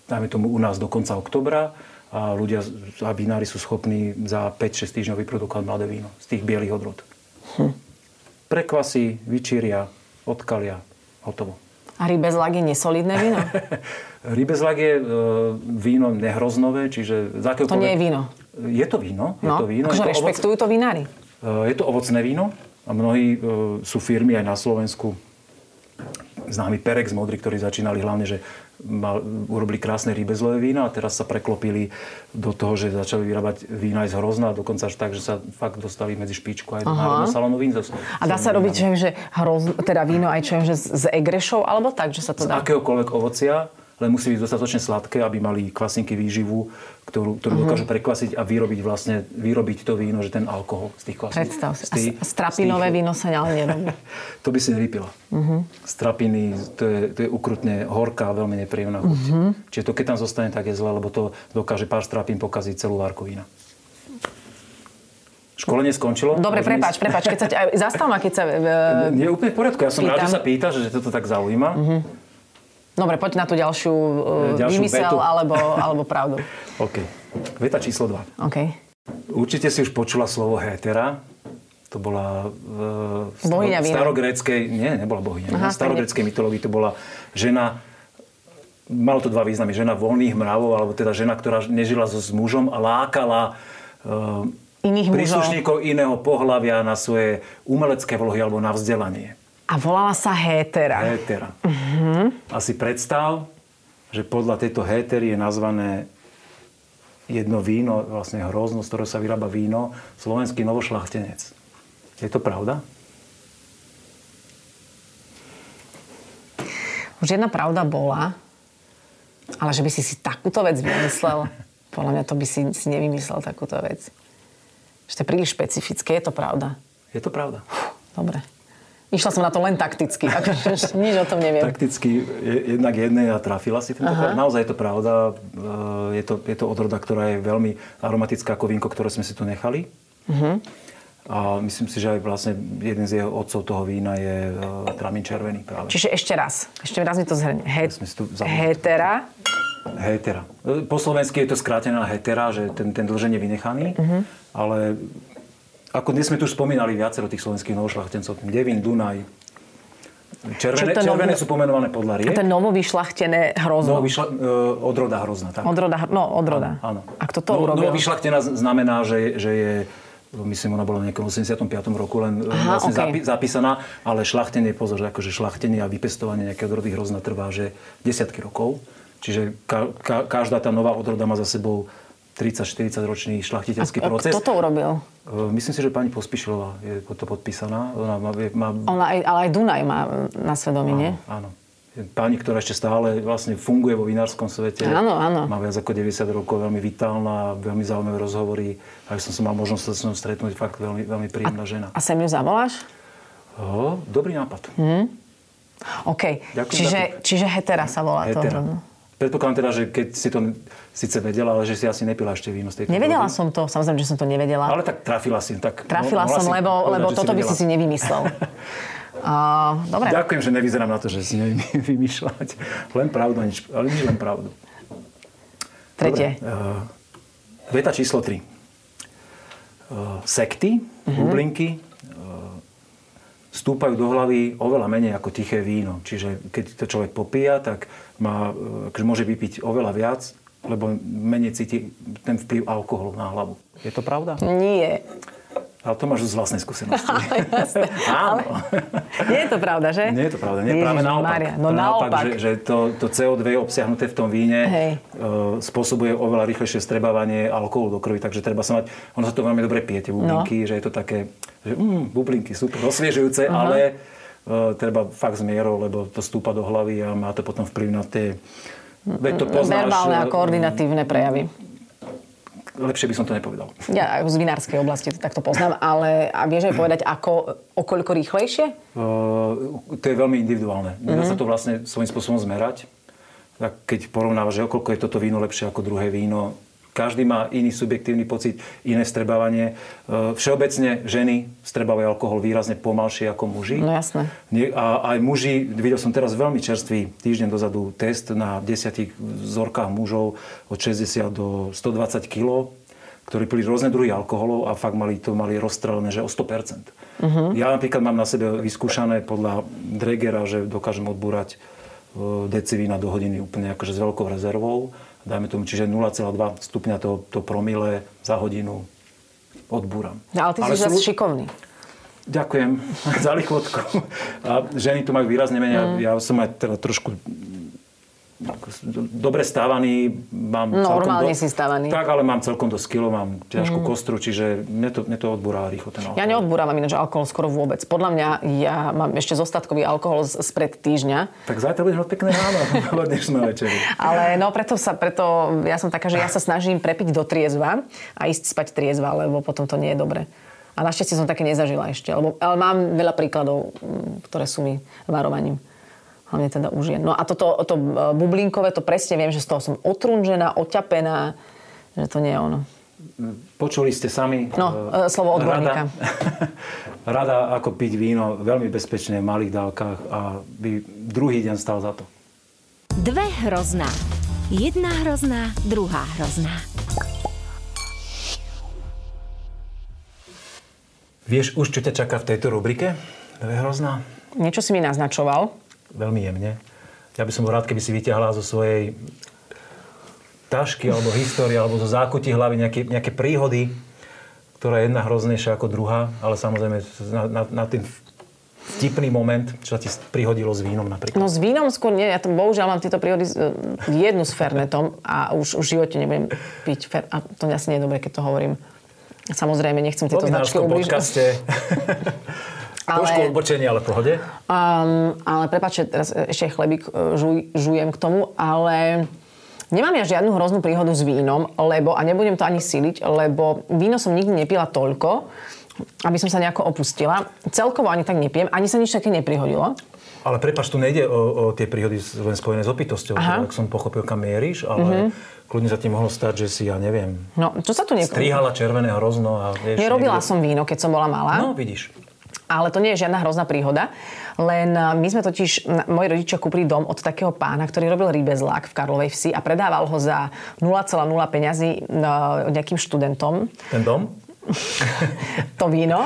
[SPEAKER 3] dajme tomu u nás do konca oktobra a ľudia z- a vinári sú schopní za 5-6 týždňov vyprodukovať mladé víno z tých bielých odrod. Prekvasí, vyčíria, odkalia, hotovo.
[SPEAKER 1] A rybezlak je nesolidné víno?
[SPEAKER 3] Rybezlak je e, víno nehroznové, čiže z akéhokoľvek...
[SPEAKER 1] To nie je víno.
[SPEAKER 3] Je to víno. Je
[SPEAKER 1] No,
[SPEAKER 3] to víno.
[SPEAKER 1] akože
[SPEAKER 3] je to ovoc-
[SPEAKER 1] rešpektujú to vinári.
[SPEAKER 3] E, Je to ovocné víno a mnohí e, sú firmy aj na Slovensku známy Perex Modri, ktorí začínali hlavne, že mal, urobili krásne rybezlové vína a teraz sa preklopili do toho, že začali vyrábať vína aj z hrozna, dokonca až tak, že sa fakt dostali medzi špičku aj do
[SPEAKER 1] Aha.
[SPEAKER 3] Národného salónu vín.
[SPEAKER 1] A dá sa robiť, čo viem, že hroz, teda víno aj čo viem, že z, z egrešov, alebo tak, že sa to
[SPEAKER 3] z
[SPEAKER 1] dá.
[SPEAKER 3] akéhokoľvek ovocia, len musí byť dostatočne sladké, aby mali kvasinky výživu, ktorú,
[SPEAKER 1] Mhm.
[SPEAKER 3] ktorú uh-huh. dokážu prekvasiť a vyrobiť vlastne, vyrobiť to víno, že ten alkohol z tých kvasín.
[SPEAKER 1] Predstav si.
[SPEAKER 3] z tých-
[SPEAKER 1] A strapinové
[SPEAKER 3] z tých-
[SPEAKER 1] víno Mhm. sa ale nerobí.
[SPEAKER 3] To by si nevypila. Uh-huh. Strapiny, to je, to je ukrutne horká, veľmi nepríjemná chuť.
[SPEAKER 1] Mhm.
[SPEAKER 3] Uh-huh. Čiže to, keď tam zostane, tak je zle, lebo to dokáže pár strapín pokaziť celú várku vína. Školenie skončilo?
[SPEAKER 1] Dobre,
[SPEAKER 3] Môžeme
[SPEAKER 1] prepáč,
[SPEAKER 3] ísť?
[SPEAKER 1] prepáč, keď sa ťa, aj zastav ma, keď sa... e,
[SPEAKER 3] Nie, úplne v poriadku. Ja som rád,
[SPEAKER 1] Pýtam.
[SPEAKER 3] že sa pýtaš, že toto tak zaujíma.
[SPEAKER 1] Mhm.
[SPEAKER 3] Uh-huh.
[SPEAKER 1] Dobre, poď na tú ďalšiu, e,
[SPEAKER 3] Ďalšiu
[SPEAKER 1] vymysel
[SPEAKER 3] vetu.
[SPEAKER 1] alebo, alebo pravdu.
[SPEAKER 3] OK. Veta číslo 2.
[SPEAKER 1] OK.
[SPEAKER 3] Určite si už počula slovo hétera. To bola e, v
[SPEAKER 1] Bohyňa vína.
[SPEAKER 3] starogréckej, nie, nebola
[SPEAKER 1] Aha,
[SPEAKER 3] bohyňa, Aha, v starogréckej mytológii to bola žena, malo to dva významy, žena voľných mravov, alebo teda žena, ktorá nežila so, s mužom a lákala eh,
[SPEAKER 1] Iných mužov.
[SPEAKER 3] príslušníkov iného pohľavia na svoje umelecké vlohy alebo na vzdelanie.
[SPEAKER 1] A volala sa Hétera.
[SPEAKER 3] Hétera. A si predstav, že podľa tejto hétery je nazvané jedno víno, vlastne hrozno, z ktorého sa vyrába víno, slovenský novošlachtenec. Je to pravda?
[SPEAKER 1] Už jedna pravda bola, ale že by si si takúto vec vymyslel, podľa mňa to by si, si nevymyslel takúto vec. Že to je príliš špecifické, je to pravda.
[SPEAKER 3] Je to pravda.
[SPEAKER 1] Dobre. Išla som na to len takticky, akože nič o tom neviem.
[SPEAKER 3] Takticky je- jednak jednej a trafila si tentokrát. Naozaj je to pravda. E, Je to, je to odroda, ktorá je veľmi aromatická ako vínko, ktoré sme si tu nechali. A myslím si, že aj vlastne jeden z jeho otcov toho vína je e, tramín červený práve.
[SPEAKER 1] Čiže ešte raz. Ešte raz mi to zhrnie. He-
[SPEAKER 3] Ja sme si tu zabudli.
[SPEAKER 1] hetera.
[SPEAKER 3] Hetera. E, Po slovensky je to skrátená hetera, že ten, ten dlženie vynechaný,
[SPEAKER 1] Mhm.
[SPEAKER 3] uh-huh. ale ako dnes sme tu už spomínali viacero tých slovenských novošlachtencov, Devín, Dunaj,
[SPEAKER 1] Čo
[SPEAKER 3] červené,
[SPEAKER 1] to je
[SPEAKER 3] červené
[SPEAKER 1] novo-
[SPEAKER 3] sú pomenované podľa
[SPEAKER 1] A
[SPEAKER 3] riek,
[SPEAKER 1] to je novo vyšľachtené hrozno.
[SPEAKER 3] no, vyšla, e, odroda hrozná. Tak.
[SPEAKER 1] Odroda, hr- no, odroda.
[SPEAKER 3] Áno.
[SPEAKER 1] A kto to
[SPEAKER 3] no,
[SPEAKER 1] urobil?
[SPEAKER 3] No, vyšlachtená z- znamená, že, je- že je myslím, ona bola v nejakom 85. roku len
[SPEAKER 1] Aha,
[SPEAKER 3] Aha, vlastne
[SPEAKER 1] okej.
[SPEAKER 3] okay. zapísaná, ale šlachtenie, pozor, že akože šlachtenie a vypestovanie nejakého odrody hrozna trvá, že desiatky rokov. Čiže ka, ka, každá tá nová odroda má za sebou 30-40 ročný šlachtiteľský
[SPEAKER 1] A
[SPEAKER 3] proces.
[SPEAKER 1] Kto to urobil?
[SPEAKER 3] E, Myslím si, že pani Pospišilová je pod to podpísaná. Ona má, je- má
[SPEAKER 1] Ona aj, ale aj Dunaj má e, na svedomí, nie?
[SPEAKER 3] Áno. áno. Pani, ktorá ešte stále vlastne funguje vo vinárskom svete.
[SPEAKER 1] Áno, áno.
[SPEAKER 3] Má viac ako 90 rokov, veľmi vitálna, veľmi zaujímavé rozhovory. A som sa mal možnosť sa s ňou stretnúť, fakt veľmi, veľmi príjemná žena.
[SPEAKER 1] A sem ju zavoláš?
[SPEAKER 3] O, dobrý nápad.
[SPEAKER 1] Mm, OK.
[SPEAKER 3] Ďakujem
[SPEAKER 1] čiže,
[SPEAKER 3] za tip.
[SPEAKER 1] čiže hetera sa volá to
[SPEAKER 3] Hetera.
[SPEAKER 1] hrozno.
[SPEAKER 3] Predpokladám teda, že keď si to síce vedela, ale že si asi nepila ešte víno z tej
[SPEAKER 1] Nevedela som to, samozrejme, že som to nevedela.
[SPEAKER 3] Ale tak trafila si. Tak,
[SPEAKER 1] Trafila
[SPEAKER 3] mohla
[SPEAKER 1] som,
[SPEAKER 3] si
[SPEAKER 1] lebo,
[SPEAKER 3] povedať,
[SPEAKER 1] lebo
[SPEAKER 3] že
[SPEAKER 1] toto by si
[SPEAKER 3] vedela.
[SPEAKER 1] si nevymyslel. Uh, dobre,
[SPEAKER 3] Ďakujem, že nevyzerám na to, že si neviem vymýšľať. Len pravdu, a nič, ale nič len pravdu.
[SPEAKER 1] tretie.
[SPEAKER 3] Dobre, eh, veta číslo 3. sekty,
[SPEAKER 1] Mhm.
[SPEAKER 3] bublinky, eh, stúpajú do hlavy oveľa menej ako tiché víno. Čiže keď to človek popíja, tak má, eh, akože môže vypiť oveľa viac, lebo menej cíti ten vplyv alkoholu na hlavu. Je to pravda?
[SPEAKER 1] Nie.
[SPEAKER 3] Ale to máš z vlastnej skúsenosti.
[SPEAKER 1] Jasné.
[SPEAKER 3] Áno.
[SPEAKER 1] Nie je to pravda, že?
[SPEAKER 3] Nie je to pravda, nie,
[SPEAKER 1] Ježiš
[SPEAKER 3] práve naopak.
[SPEAKER 1] Maria, No
[SPEAKER 3] Práve
[SPEAKER 1] naopak.
[SPEAKER 3] že, že to, to CO2 obsiahnuté v tom víne
[SPEAKER 1] Hej.
[SPEAKER 3] e, spôsobuje oveľa rýchlejšie strebávanie alkoholu do krvi, takže treba sa mať, ono sa to veľmi dobre pije,
[SPEAKER 1] No.
[SPEAKER 3] tie bublinky, že je to také, že mm, bublinky sú osviežujúce, ale e, treba fakt s mierou, lebo to stúpa do hlavy a má to potom vplyv na tie, veď to poznáš,
[SPEAKER 1] Mm, Verbálne a
[SPEAKER 3] e,
[SPEAKER 1] koordinatívne prejavy.
[SPEAKER 3] lepšie by som to nepovedal.
[SPEAKER 1] Ja z vinárskej oblasti to takto poznám, ale a vieš aj povedať, ako, okoľko rýchlejšie?
[SPEAKER 3] Eh, to je veľmi individuálne.
[SPEAKER 1] Mhm.
[SPEAKER 3] Dá sa to vlastne svojím spôsobom zmerať. Tak keď porovnávaš, že okoľko je toto víno lepšie ako druhé víno, každý má iný subjektívny pocit, iné vstrebávanie. Eh, Všeobecne ženy vstrebávajú alkohol výrazne pomalšie ako muži.
[SPEAKER 1] No jasné.
[SPEAKER 3] Nie, a aj muži, videl som teraz veľmi čerstvý týždeň dozadu test na desiatich vzorkách mužov od 60 do 120 kg, ktorí pili rôzne druhy alkoholov a fakt mali to mali rozstrelené, že o 100%.
[SPEAKER 1] Mhm.
[SPEAKER 3] Ja napríklad mám na sebe vyskúšané podľa Dregera, že dokážem odbúrať e, deci vína do hodiny úplne akože s veľkou rezervou. Dajme tomu, čiže 0,2 stupňa to, to promile za hodinu odbúram.
[SPEAKER 1] No, ale ty si
[SPEAKER 3] sú-
[SPEAKER 1] zase šikovný.
[SPEAKER 3] Ďakujem za lichotku. A ženy tu majú výrazne menej. Mm. Ja som aj teda trošku
[SPEAKER 2] dobre stávaný, mám
[SPEAKER 1] Normálne
[SPEAKER 2] celkom
[SPEAKER 1] si stávaný.
[SPEAKER 2] Tak, ale mám celkom dosť kilo, mám ťažkú mm. kostru, čiže mne to, mne to odburá rýchlo ten
[SPEAKER 1] Ja
[SPEAKER 2] alkohol.
[SPEAKER 1] neodburávam ináč alkohol skoro vôbec. Podľa mňa ja mám ešte zostatkový alkohol z, spred týždňa.
[SPEAKER 2] Tak zajtra budeš mať pekné ráno, po dnešnej večeri.
[SPEAKER 1] Ale no preto sa, preto ja som taká, že ja sa snažím prepiť do triezva a ísť spať triezva, lebo potom to nie je dobre. A našťastie som také nezažila ešte, lebo, ale mám veľa príkladov, mm, ktoré sú mi varovaním. Hlavne teda u žien. No a toto to, e, bublinkové, to presne viem, že z toho som otrunžená, oťapená, že to nie je ono.
[SPEAKER 2] Počuli ste sami...
[SPEAKER 1] No,
[SPEAKER 2] eh,
[SPEAKER 1] eh, slovo odborníka.
[SPEAKER 2] Rada, rada, ako piť víno, veľmi bezpečne v malých dávkach a by druhý deň stal za to.
[SPEAKER 4] Dve hrozná. Jedna hrozná, druhá hrozná.
[SPEAKER 3] Vieš už, čo ťa čaká v tejto rubrike? To je hrozná.
[SPEAKER 1] Niečo si mi naznačoval.
[SPEAKER 3] Veľmi jemne. Ja by som bol rád, keby si vyťahla zo svojej tašky alebo histórie alebo zo zákutí hlavy nejaké, nejaké príhody, ktorá je jedna hroznejšia ako druhá, ale samozrejme na, na, na ten vtipný moment, čo sa ti prihodilo s vínom napríklad.
[SPEAKER 1] No s vínom skôr nie, ja to, bohužiaľ mám tieto príhody s, e, jednu s Fernetom a už v živote nebudem piť Fer, a to asi nie je dobre, keď to hovorím. Samozrejme, nechcem
[SPEAKER 3] V
[SPEAKER 1] tieto značky
[SPEAKER 3] novinárskom
[SPEAKER 1] ubližiť.
[SPEAKER 3] podcaste.
[SPEAKER 1] Ale-
[SPEAKER 3] Trošku odbočenie, ale v pohode.
[SPEAKER 1] Um, ale prepáčte, teraz ešte aj chlebík e, žuj, žujem k tomu, ale nemám ja žiadnu hroznú príhodu s vínom, lebo, a nebudem to ani síliť, lebo víno som nikdy nepila toľko, aby som sa nejako opustila. Celkovo ani tak nepijem, ani sa nič také neprihodilo.
[SPEAKER 3] Ale prepač, tu nejde o, o tie príhody s- len spojené s opitosťou,
[SPEAKER 1] Aha. Mhm.
[SPEAKER 3] Aha. tak som pochopil, kam mieríš, ale mm-hmm. kľudne sa ti mohlo stať, že si, ja neviem,
[SPEAKER 1] No, čo sa tu nie...
[SPEAKER 3] strihala červené hrozno a vieš...
[SPEAKER 1] Nerobila som víno, keď som bola malá.
[SPEAKER 3] No, vidíš.
[SPEAKER 1] Ale to nie je žiadna hrozná príhoda, len eh, my sme totiž, na- moji rodičia kúpili dom od takého pána, ktorý robil rybezlák v Karlovej vsi a predával ho za 0,0 peňazí no, nejakým študentom,
[SPEAKER 3] Ten dom?
[SPEAKER 1] to víno,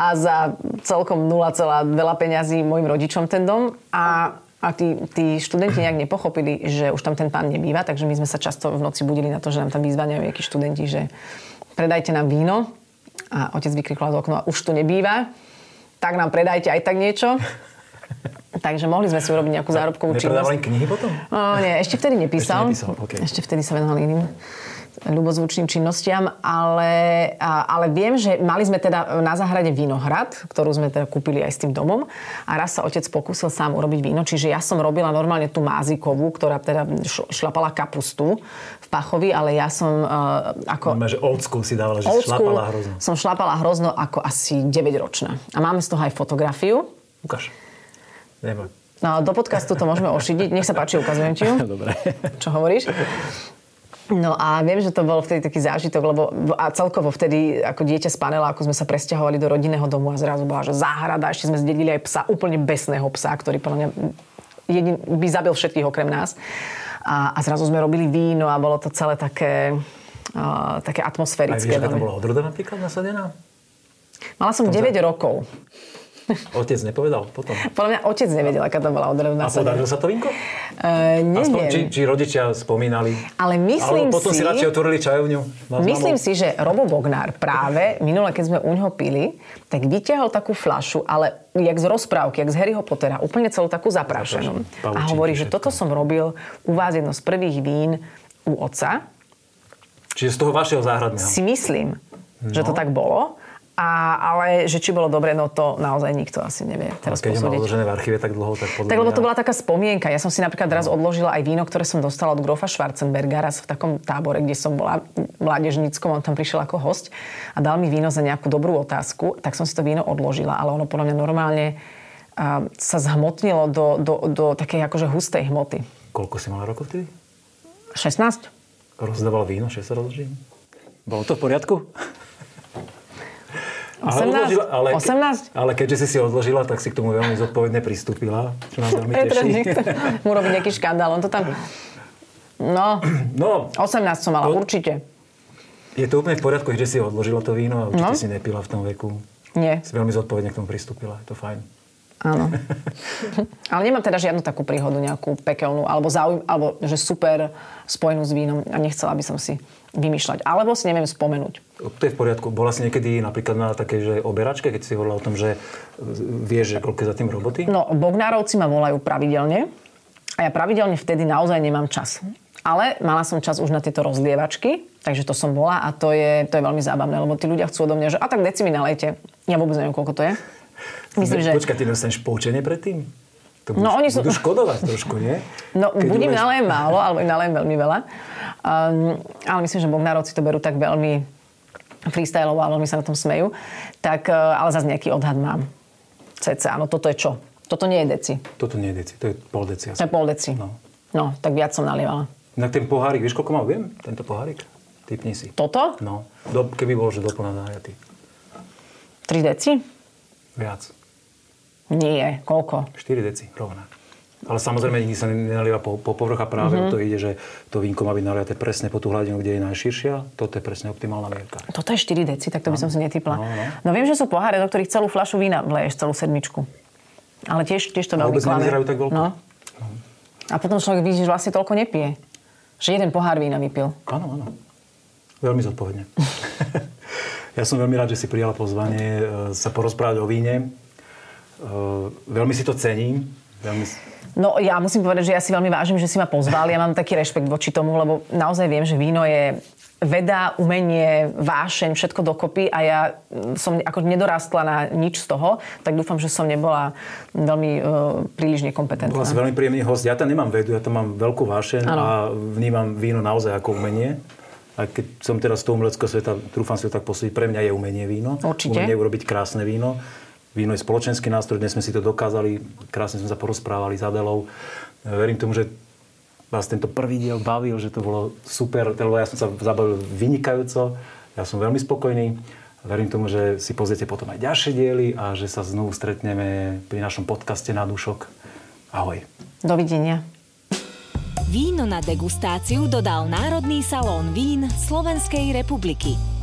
[SPEAKER 1] a za celkom 0,2 peňazí mojim rodičom ten dom a a tí, tí študenti nejak nepochopili, že už tam ten pán nebýva, takže my sme sa často v noci budili na to, že nám tam vyzvania nejakí študenti, že predajte nám víno. A otec vykrikol z okna, už tu nebýva, tak nám predajte aj tak niečo. Takže mohli sme si urobiť nejakú zárobkovú činnosť.
[SPEAKER 3] Nepredával im knihy potom?
[SPEAKER 1] O, nie, ešte vtedy nepísal.
[SPEAKER 3] Ešte nepísal, ok.
[SPEAKER 1] Ešte vtedy sa venoval iným ľubozvučným činnostiam, ale, a- ale viem, že mali sme teda na záhrade vinohrad, ktorú sme teda kúpili aj s tým domom a raz sa otec pokúsil sám urobiť víno, čiže ja som robila normálne tú mázikovú, ktorá teda šl- šlapala kapustu v pachovi, ale ja som eh, ako
[SPEAKER 3] Normálne, že old school si dávala, že
[SPEAKER 1] old
[SPEAKER 3] si
[SPEAKER 1] school
[SPEAKER 3] šlapala hrozno.
[SPEAKER 1] som šlapala hrozno ako asi 9-ročná. A máme z toho aj fotografiu.
[SPEAKER 3] Ukáž. Neboj.
[SPEAKER 1] No, do podcastu to môžeme ošidiť. Nech sa páči, ukazujem ti ju.
[SPEAKER 3] Dobre.
[SPEAKER 1] čo hovoríš. No a viem, že to bol vtedy taký zážitok, lebo a celkovo vtedy ako dieťa z panela, ako sme sa presťahovali do rodinného domu a zrazu bola, že záhrada, ešte sme zdedili aj psa, úplne besného psa, ktorý podľa mňa jedin, by zabil všetkých okrem nás. A, a zrazu sme robili víno a bolo to celé také, uh, také
[SPEAKER 3] Aj
[SPEAKER 1] atmosférické.
[SPEAKER 3] vieš, aká tam
[SPEAKER 1] veľmi.
[SPEAKER 3] bola odroda napríklad nasadená?
[SPEAKER 1] Mala som 9 rokov.
[SPEAKER 3] Otec nepovedal potom.
[SPEAKER 1] Podľa mňa otec nevedel, aká tam bola odrovná
[SPEAKER 3] A podarilo sa to vinko?
[SPEAKER 1] Uh,
[SPEAKER 3] Aspoň,
[SPEAKER 1] neviem.
[SPEAKER 3] či, či rodičia spomínali.
[SPEAKER 1] Ale myslím
[SPEAKER 3] Alebo potom
[SPEAKER 1] si
[SPEAKER 3] si, radšej otvorili čajovňu. Na
[SPEAKER 1] Myslím
[SPEAKER 3] známou.
[SPEAKER 1] si, že Robo Bognár práve minule, keď sme uňho pili, tak vyťahol takú flašu, ale jak z rozprávky, jak z Harryho Pottera, úplne celú takú zaprášenú.
[SPEAKER 3] Zaprášenú.
[SPEAKER 1] A hovorí, že
[SPEAKER 3] Pavučinky,
[SPEAKER 1] toto som robil u vás jedno z prvých vín u oca.
[SPEAKER 3] Čiže z toho vašeho záhradného.
[SPEAKER 1] Si myslím, že to
[SPEAKER 3] No.
[SPEAKER 1] tak bolo. A, ale že či bolo dobre, no to naozaj nikto asi nevie teraz
[SPEAKER 3] Keď ho mal
[SPEAKER 1] posúdiť.
[SPEAKER 3] odložené v archíve tak dlho, tak podľa
[SPEAKER 1] Tak lebo
[SPEAKER 3] mňa-
[SPEAKER 1] to bola taká spomienka. Ja som si napríklad
[SPEAKER 3] No.
[SPEAKER 1] raz odložila aj víno, ktoré som dostala od grofa Schwarzenberga raz v takom tábore, kde som bola v mládežníckom, on tam prišiel ako host a dal mi víno za nejakú dobrú otázku, tak som si to víno odložila, ale ono podľa mňa normálne a, sa zhmotnilo do, do, do takej akože hustej hmoty.
[SPEAKER 3] Koľko si mala rokov vtedy?
[SPEAKER 1] 16?
[SPEAKER 3] Rozdával víno, že sa rozložím. Bolo to v poriadku?
[SPEAKER 1] 18?
[SPEAKER 3] ale,
[SPEAKER 1] 18?
[SPEAKER 3] ale keďže si si odložila, tak si k tomu veľmi zodpovedne pristúpila, čo nás veľmi
[SPEAKER 1] Ja teraz
[SPEAKER 3] teší.
[SPEAKER 1] nechcem teda mu robiť nejaký škandál, on to tam... No,
[SPEAKER 3] No,
[SPEAKER 1] 18 som mala,
[SPEAKER 3] To-
[SPEAKER 1] určite.
[SPEAKER 3] je to úplne v poriadku, že si odložila to víno a určite
[SPEAKER 1] No.
[SPEAKER 3] si nepila v tom veku.
[SPEAKER 1] Nie,
[SPEAKER 3] Si veľmi zodpovedne k tomu pristúpila, je to fajn.
[SPEAKER 1] Áno. Ale nemám teda žiadnu takú príhodu, nejakú pekelnú, alebo, zaujím, alebo že super spojenú s vínom a nechcela by som si vymýšľať. Alebo si neviem spomenúť.
[SPEAKER 3] To je v poriadku. Bola si niekedy napríklad na takej že oberačke, keď si hovorila o tom, že e, vieš, že koľko je za tým roboty?
[SPEAKER 1] No, Bognárovci ma volajú pravidelne A ja pravidelne vtedy naozaj nemám čas. Ale mala som čas už na tieto rozlievačky, takže to som bola a to je, to je veľmi zábavné, lebo tí ľudia chcú odo mňa, že a tak deci mi nalejte. Ja vôbec neviem, koľko to je. Myslím, že...
[SPEAKER 3] Počkaj, ty dostaneš poučenie predtým? To budú,
[SPEAKER 1] No, oni sú-
[SPEAKER 3] budú škodovať trošku, nie?
[SPEAKER 1] No,
[SPEAKER 3] Keď
[SPEAKER 1] budím
[SPEAKER 3] budeš-
[SPEAKER 1] nalejem málo, alebo im nalejem veľmi veľa. Um, ale myslím, že Bognárovci to berú tak veľmi freestyleovo a veľmi sa na tom smejú. Tak, uh, ale zase nejaký odhad mám. Ceca, áno, toto je čo? Toto nie je deci.
[SPEAKER 3] Toto nie je deci, to je pol deci asi.
[SPEAKER 1] To je pol deci.
[SPEAKER 3] No.
[SPEAKER 1] no tak viac som nalievala.
[SPEAKER 3] Na ten pohárik, vieš, koľko má objem? Tento pohárik? Typni si.
[SPEAKER 1] Toto?
[SPEAKER 3] No, do, keby bol, že doplná nájaty.
[SPEAKER 1] 3 deci?
[SPEAKER 3] Viac.
[SPEAKER 1] Nie, koľko?
[SPEAKER 3] 4 deci, rovná. Ale samozrejme nikdy sa nenalieva po, po povrch a práve mm-hmm. o to ide, že to vínko má byť naliaté presne po tú hladinu, kde je najširšia. Toto je presne optimálna mierka.
[SPEAKER 1] Toto je 4 deci, tak to by som si netypla.
[SPEAKER 3] No, no.
[SPEAKER 1] No viem, že sú poháre, do ktorých celú fľašu vína vleješ, celú sedmičku. Ale tiež, tiež to
[SPEAKER 3] A
[SPEAKER 1] veľmi
[SPEAKER 3] vôbec
[SPEAKER 1] klame.
[SPEAKER 3] nevyzerajú tak veľké.
[SPEAKER 1] No. A potom človek vidí, že vlastne toľko nepije. Že jeden pohár vína vypil.
[SPEAKER 3] Áno, áno. Veľmi zodpovedne. ja som veľmi rád, že si prijala pozvanie e, sa porozprávať o víne. E, Veľmi si to cením. Veľmi... si-
[SPEAKER 1] No ja musím povedať, že ja si veľmi vážim, že si ma pozval. Ja mám taký rešpekt voči tomu, lebo naozaj viem, že víno je veda, umenie, vášeň, všetko dokopy a ja mm, som ako nedorastla na nič z toho, tak dúfam, že som nebola veľmi uh, príliš nekompetentná.
[SPEAKER 3] Bola si veľmi príjemný host. Ja tam nemám vedu, ja tam mám veľkú vášeň
[SPEAKER 1] Áno.
[SPEAKER 3] a vnímam víno naozaj ako umenie. A keď som teraz z toho umeleckého sveta, trúfam si to tak posúdiť, pre mňa je umenie víno.
[SPEAKER 1] Určite.
[SPEAKER 3] Umenie urobiť krásne víno. Víno je spoločenský nástroj, dnes sme si to dokázali, krásne sme sa porozprávali s Adelou. E, Verím tomu, že vás tento prvý diel bavil, že to bolo super, lebo ja som sa zabavil vynikajúco, ja som veľmi spokojný. Verím tomu, že si pozriete potom aj ďalšie diely a že sa znovu stretneme pri našom podcaste na dušok. Ahoj.
[SPEAKER 1] Dovidenia.
[SPEAKER 4] Víno na degustáciu dodal Národný salón vín Slovenskej republiky.